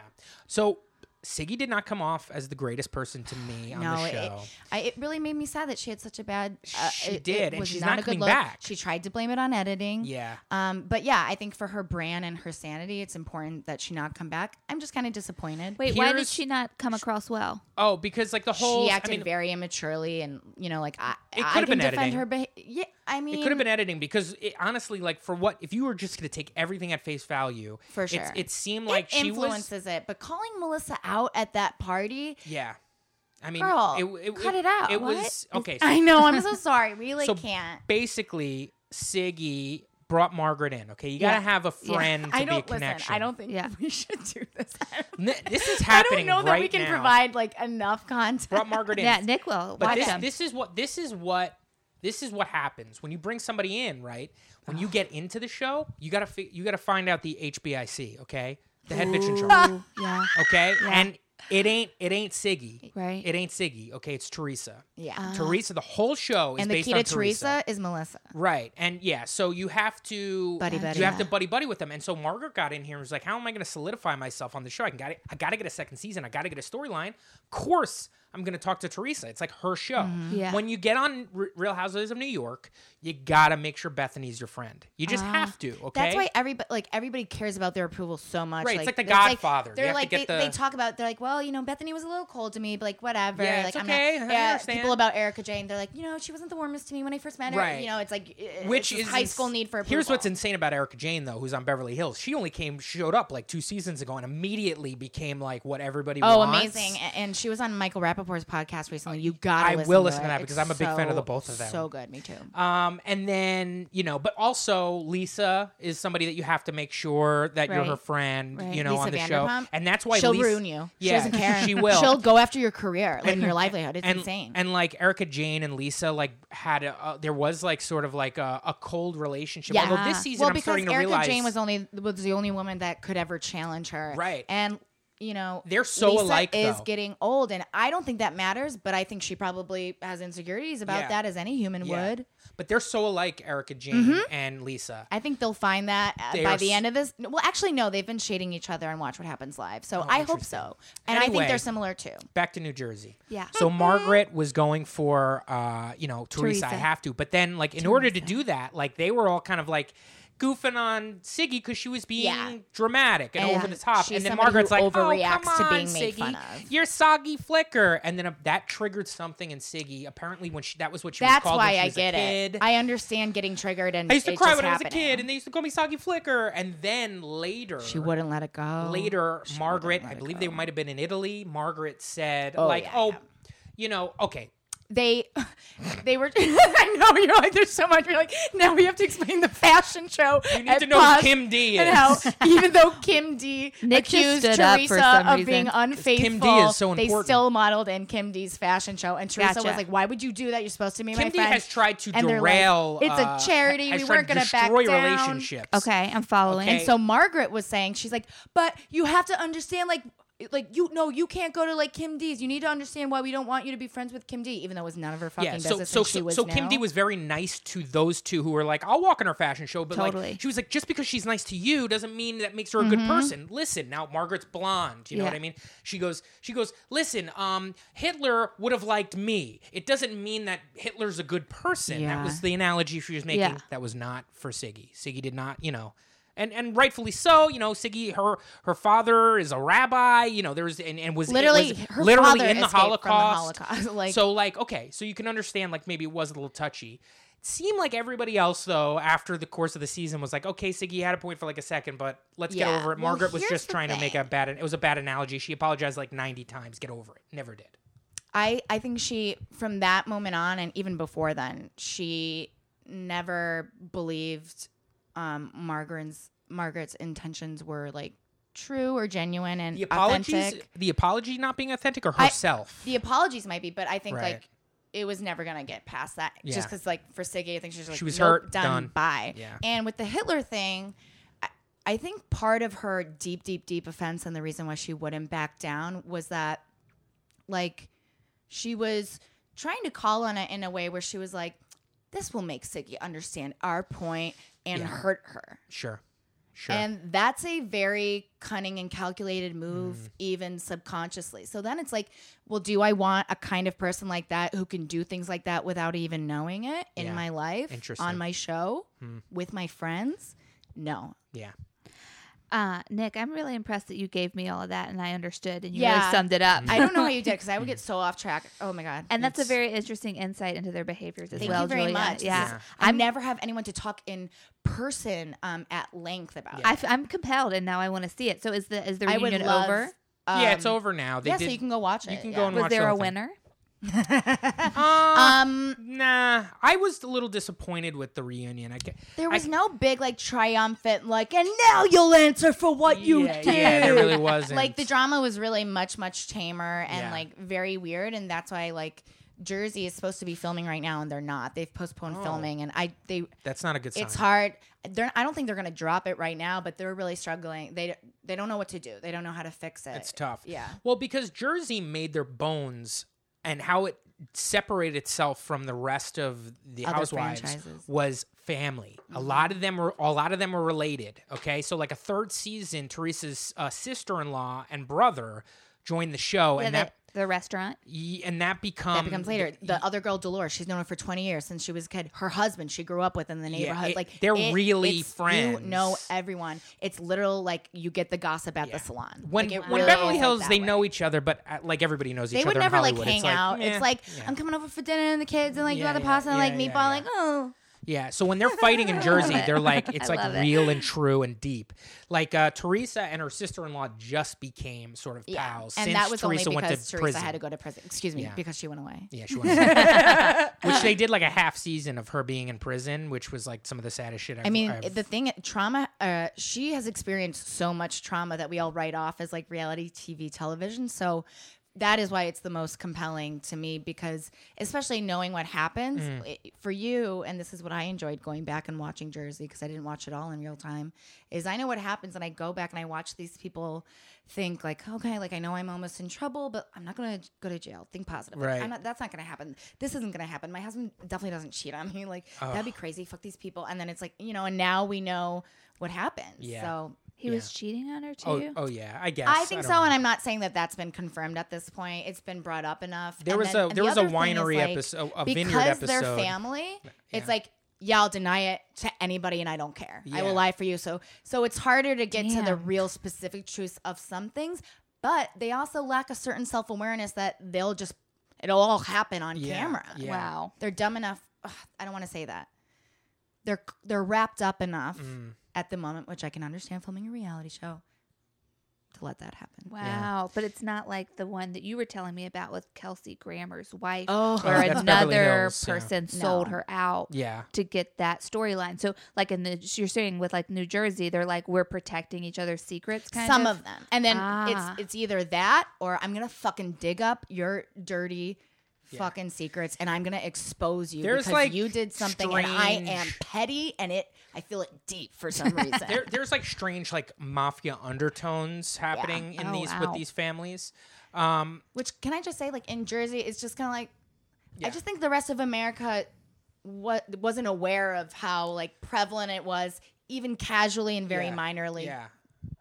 So Siggy did not come off as the greatest person to me on no the it, show. I, it really made me sad that she had such a bad uh, She it- it did, and was she's not, not a coming good look. back. she tried to blame it on editing yeah. um, but yeah, I think for her brand and her sanity, it's important that she not come back. I'm just kind of disappointed. Wait, why did Here's- she not come across well? Oh, because like the whole she acted I mean, very immaturely, and you know, like I, It I could've can been defend editing. her. Beha- yeah, I mean, it could have been editing because it, honestly, like for what if you were just going to take everything at face value? For it's- sure. it seemed like it she was. influences it. But calling Melissa out at that party, Yeah, I mean, Girl, it, it, cut it out. It What? was okay. So I know. I'm so sorry. We like So- can't. basically, Siggy brought Margaret in. Okay, you gotta Yeah. have a Yeah. friend to I be a don't listen. connection. I don't think Yeah. we should do this. I don't- N- this is happening I don't know right that we can now. provide like enough content. Brought Margaret in. Yeah, Nick will But watch this, him. this is what this is what this is what happens when you bring somebody in, right? When you get into the show, you gotta fi- you gotta find out the HBIC, okay? The head bitch in charge, yeah. okay? And It ain't it ain't Siggy. right? It ain't Siggy. Okay, it's Teresa. Yeah. Teresa. The whole show is Uh-huh. and the based key on to Teresa is Melissa. Right. And yeah, so you have to Buddy, you buddy. have to buddy buddy with them. And so Margaret got in here and was like, How am I gonna solidify myself on the show? I can got I gotta get a second season, I gotta get a storyline. Of course I'm gonna talk to Teresa. It's like her show. Mm-hmm. Yeah. When you get on R- Real Houses of New York, you gotta make sure Bethany's your friend. You just Ah. have to, okay? That's why everybody like everybody cares about their approval so much. Right, it's like the Godfather. You they're have to like get they, the- they talk about. They're like, well, you know, Bethany was a little cold to me, but like whatever. Yeah, like it's okay. I yeah, understand. people about Erica Jane. They're like, you know, she wasn't the warmest to me when I first met her. Right. You know, it's like it- which it's is this high ins- school need for approval. Here's what's insane about Erica Jane though, who's on Beverly Hills. She only came showed up like two seasons ago and immediately became like what everybody Oh, wants. amazing! A- And she was on Michael Rappaport's podcast recently. You gotta. I listen will to listen to it. that because It's I'm a big fan of the so- both of them. So good, me too. Um, and then you know, but also Lisa is somebody that you have to make sure that you're her Right. friend, Right. you know, Lisa on the Vanderpump? show, and that's why She'll Lisa, ruin you. Yeah, she doesn't care. She will. She'll go after your career, like your livelihood. It's and, insane. And like Erica Jane and Lisa, like had a uh, there was like sort of like a, a cold relationship. Although this season, well, I'm because starting to Erica realize Jane was only was the only woman that could ever challenge her, Right. And you know, They're so Lisa alike, Is though. getting old, and I don't think that matters. But I think she probably has insecurities about Yeah. that, as any human Yeah. would. but they're so alike, Erica Jane Mm-hmm. and Lisa. I think they'll find that uh, They are by s- the end of this. Well, actually, no, they've been shading each other on Watch What Happens Live, so Oh, I hope interesting. so. And I Anyway. think they're similar too. Back to New Jersey. Yeah. So Margaret was going for, uh, you know, Teresa, I Teresa. have to. But then, like, in order to do that, like, they were all kind of like goofing on Siggy because she was being Yeah. dramatic and And over the top. she's And then somebody who Margaret's like, oh, come overreacts to on, being made Siggy, fun of." you're soggy flicker. And then uh, that triggered something in Siggy. Apparently, when she that was what she was That's called when why she I was a get kid. it. I understand getting triggered, and I used to it cry just when I was a happening. kid, and they used to call me soggy flicker. And then later, she wouldn't let it go. later She wouldn't margaret let i it believe go. they might have been in italy margaret said Oh, like yeah, oh yeah. you know okay they they were I know you're like there's so much you're like now we have to explain the fashion show you need to know who kim d is and how even though Kim D Nick just accused stood up for Teresa some of reason. being unfaithful, Kim D is so they important. still modeled in Kim D's fashion show. And Teresa Gotcha. was like, "Why would you do that? You're supposed to be my kim d friend." has tried to And they're like, derail "It's a uh, charity. has We tried weren't to gonna back destroy down." relationships Okay, I'm following. Okay. and so Margaret was saying, she's like, "But you have to understand, like." Like you no, you can't go to like Kim D's. You need to understand why we don't want you to be friends with Kim D, even though it was none of her fucking yeah, so business. so and she so, was so Kim D now. was very nice to those two who were like, "I'll walk in her fashion show," but Totally. like she was like, "Just because she's nice to you doesn't mean that makes her a Mm-hmm. good person." Listen, now Margaret's blonde, you know Yeah. what I mean? She goes, she goes, "Listen, um, Hitler would have liked me. It doesn't mean that Hitler's a good person." That Yeah. was the analogy she was making. Yeah. That was not for Siggy. Siggy did not, you know. And, and rightfully so, you know, Siggy, her her father is a rabbi, you know, there's and, and was literally was her literally father in the escaped from the Holocaust. Holocaust, like- so like okay, so you can understand like maybe it was a little touchy. It seemed like everybody else though after the course of the season was like, okay, Siggy had a point for like a second, but let's get Yeah. over it. Well, Margaret was here's just the trying to make a thing. bad. It was a bad analogy. She apologized like ninety times. Get over it. Never did. I I think she from that moment on and even before then she never believed um Margaret's Margaret's intentions were like true or genuine and The apologies. authentic. The apology not being authentic or I- herself. The apologies might be, but I think Right. like it was never gonna get past that. Yeah. Just because like for Siggy, I think she's like She was "Nope, hurt, done, done." bye. Yeah. And with the Hitler thing, I, I think part of her deep, deep, deep offense and the reason why she wouldn't back down was that like she was trying to call on it in a way where she was like, This will make Siggy understand our point and Yeah. hurt her. sure. Sure. And that's a very cunning and calculated move, Mm. even subconsciously. So then it's like, well, do I want a kind of person like that who can do things like that without even knowing it in Yeah. my life, Interesting. on my show, Hmm. with my friends? No. yeah. Uh, Nick, I'm really impressed that you gave me all of that and I understood and you Yeah. really summed it up. I don't know how you did because I would get so off track. Oh my God. and that's a It's- very interesting insight into their behaviors as Thank well. you very Juliana. much. Yeah. Yeah. I never have anyone to talk in person um, at length about. Yeah. I f- I'm compelled and now I want to see it. So is the is the I reunion would love, over? yeah. It's um, over now. They yeah, did, so you can go watch it. you can yeah. go and Was watch there the a whole thing. winner? Uh, Um, nah. I was a little disappointed with the reunion. I ca- There I- was no big like triumphant like, and now you'll answer for what you yeah, did. Yeah, there really wasn't. like the drama was really much much tamer and Yeah. like very weird, and that's why like Jersey is supposed to be filming right now, and they're not. They've postponed Oh. filming, and I they That's not a good sign. it's hard. They're, I don't think they're going to drop it right now, but they're really struggling. They they don't know what to do. They don't know how to fix it. It's tough. Yeah. Well, because Jersey made their bones and how it separated itself from the rest of the Other housewives franchises. Mm-hmm. was family. A lot of them were a lot of them were related. Okay, so like a third season, Teresa's uh, sister-in-law and brother joined the Oh, show, Yeah, and that, the, the restaurant. y and that becomes That becomes later. The other girl, Dolores, she's known her for 20 years since she was a kid. Her husband, she grew up with in the Yeah, neighborhood. it- like they're really it's- friends. You know everyone. It's literal. Like you get the gossip at Yeah. the salon. when Like, it when really Beverly is like Hills, that they way. know each other, but uh, like everybody knows each They other. would in never like Hollywood. hang It's like, out. meh. It's like Yeah. I'm coming over for dinner and the kids, and like Yeah, you want the yeah, pasta, and like yeah, meatball, yeah, yeah. like oh. Yeah, so when they're fighting in I Jersey, love it. they're like I it's like love it. real and true and deep. Like uh, Teresa and her sister-in-law just became sort of Yeah. pals and since that was Teresa only went because to Teresa prison. had to go to prison. Excuse me, Yeah. because she went away. Yeah, she went. which they did like a half season of her being in prison, which was like some of the saddest shit. I've, I mean, I've- the thing, trauma, uh, she has experienced so much trauma that we all write off as like reality TV television. So that is why it's the most compelling to me because, especially knowing what happens Mm. it- for you, and this is what I enjoyed going back and watching Jersey because I didn't watch it all in real time, is I know what happens and I go back and I watch these people think, like, okay, like I know I'm almost in trouble, but I'm not going to go to jail. Think positive. Like, Right. I'm not, that's not going to happen. This isn't going to happen. My husband definitely doesn't cheat on me. Like, that'd be crazy. Fuck these people. And then it's like, you know, and now we know what happened. Yeah. So He was cheating on her too. oh, oh yeah, I guess I think don't so. know. And I'm not saying that that's been confirmed at this point. It's been brought up enough. There And was then- a and there the was a other thing is, winery like, episode, a vineyard because episode. they're family. yeah. It's like, yeah, I'll deny it to anybody, and I don't care. I Yeah. will lie for you. So, so it's harder to get to the Damn. real specific truth of some things, but they also lack a certain self awareness that they'll just it'll all happen on Yeah, camera. yeah. Wow. They're dumb enough. Ugh, I don't want to say that. They're they're wrapped up enough Mm. at the moment, which I can understand filming a reality show to let that happen. Wow. But it's not like the one that you were telling me about with Kelsey Grammer's wife, Oh, where that's Beverly another Hills, yeah. person No. sold her out. yeah, to get that storyline. So, like in the you're saying with like New Jersey, they're like we're protecting each other's secrets. Kind some of, of them. And then Ah. it's it's either that or I'm gonna fucking dig up your dirty Yeah. fucking secrets and I'm gonna expose you There's, because like, you did something and I am strange- petty and it I feel it deep for some reason. there, there's like strange like mafia undertones happening in Oh, these wow. with these families. Um, Which can I just say, like in Jersey, it's just kind of like Yeah. I just think the rest of America what wasn't aware of how like prevalent it was, even casually and very Yeah. minorly. Yeah.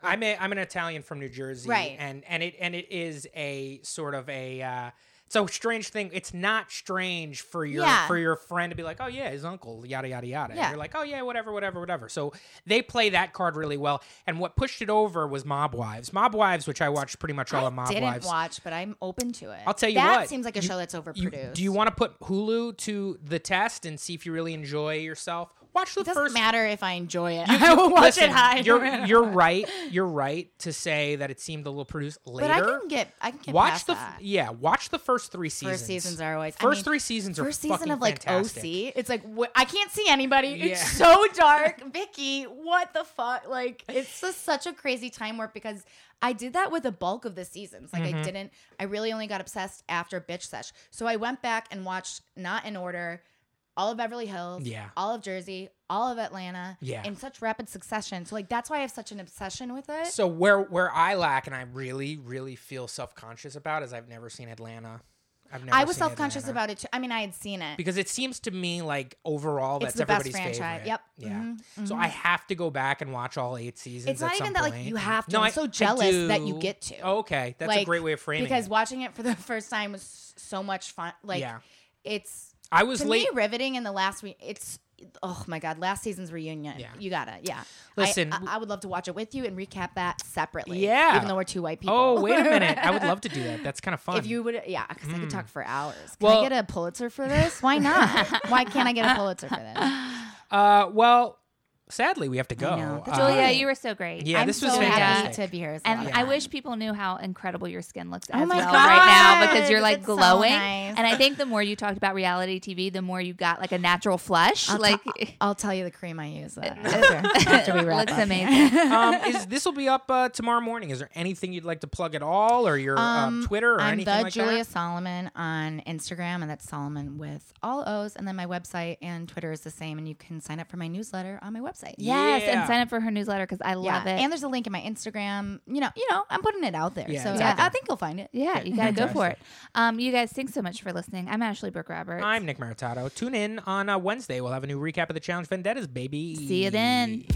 I'm a, I'm an Italian from New Jersey, Right. And and it and it is a sort of a uh, so strange thing. It's not strange for your Yeah. for your friend to be like, oh yeah, his uncle, yada yada yada. Yeah. You're like, oh yeah, whatever, whatever, whatever. So they play that card really well. And what pushed it over was Mob Wives, Mob Wives, which I watched pretty much all I of Mob didn't Wives. watch, but I'm open to it. I'll tell you that what, seems like a you- show that's overproduced. You- do you want to put Hulu to the test and see if you really enjoy yourself? Watch the It doesn't first matter if I enjoy it. I will watch Listen, it high. no matter You're you're what. right. You're right to say that it seemed a little produced later. But I can get. I can get watch past the f- that. yeah. Watch the first three seasons. First seasons are always. I first mean, three seasons are First season fucking of like fantastic. OC. It's like wh- I can't see anybody. Yeah. It's so dark. Vicky, what the fuck? Like it's just such a crazy time warp because I did that with the bulk of the seasons. Like Mm-hmm. I didn't. I really only got obsessed after Bitch Sesh. So I went back and watched not in order. All of Beverly Hills, Yeah. All of Jersey, all of Atlanta, Yeah. In such rapid succession, so like that's why I have such an obsession with it. So where where I lack and I really really feel self conscious about is I've never seen Atlanta. I've never. I was seen self conscious Atlanta. about it too. I mean, I had seen it. because it seems to me like overall It's that's the best everybody's franchise. favorite. Yep. Yeah. Mhm. So I have to go back and watch all eight seasons. It's not at even some that, like, point. you have to. No, I'm I- so I jealous that you do. get to. Oh, Okay, that's a Like, great way of framing because it. watching it for the first time was s- so much fun. Like, Yeah. it's I was to late. me riveting in the last week. It's oh my god, last season's reunion. Yeah. You gotta yeah. I- Listen, I, w- I would love to watch it with you and recap that separately. Yeah. even though we're two white people. Oh, wait a minute. I would love to do that. That's kind of fun. Mm. If you would, yeah, because I could talk for hours. Can Well- I get a Pulitzer for this? Why not? Why can't I get a Pulitzer for this? uh, well, sadly, we have to go. I know. But Uh, Julia, you were so great. yeah, I'm this so was happy fantastic. to be here. As And Yeah. I wish people knew how incredible your skin looks Oh as my well right now because God, you're like it's so glowing. nice. And I think the more you talked about reality TV, the more you got like a natural flush. I'll like I'll tell you the cream I use uh, after, after we wrap Looks up. amazing. um, is this will be up uh, tomorrow morning? Is there anything you'd like to plug at all, or your Um, um, Twitter or I'm anything the like Julia that? Solomon on Instagram, and that's Solomon with all O's. And then my website and Twitter is the same, and you can sign up for my newsletter on my website. yes, Yeah. and sign up for her newsletter because I love it. And there's a link in my Instagram. You know, you know, I'm putting it out there, Yeah, so it's out I, I think you'll find it. yeah, you gotta go for Fantastic. it. Um, you guys, thanks so much for listening. I'm Ashley Brooke Roberts. I'm Nick Maritato. Tune in on uh, Wednesday. We'll have a new recap of the Challenge Vendettas, baby. See you then.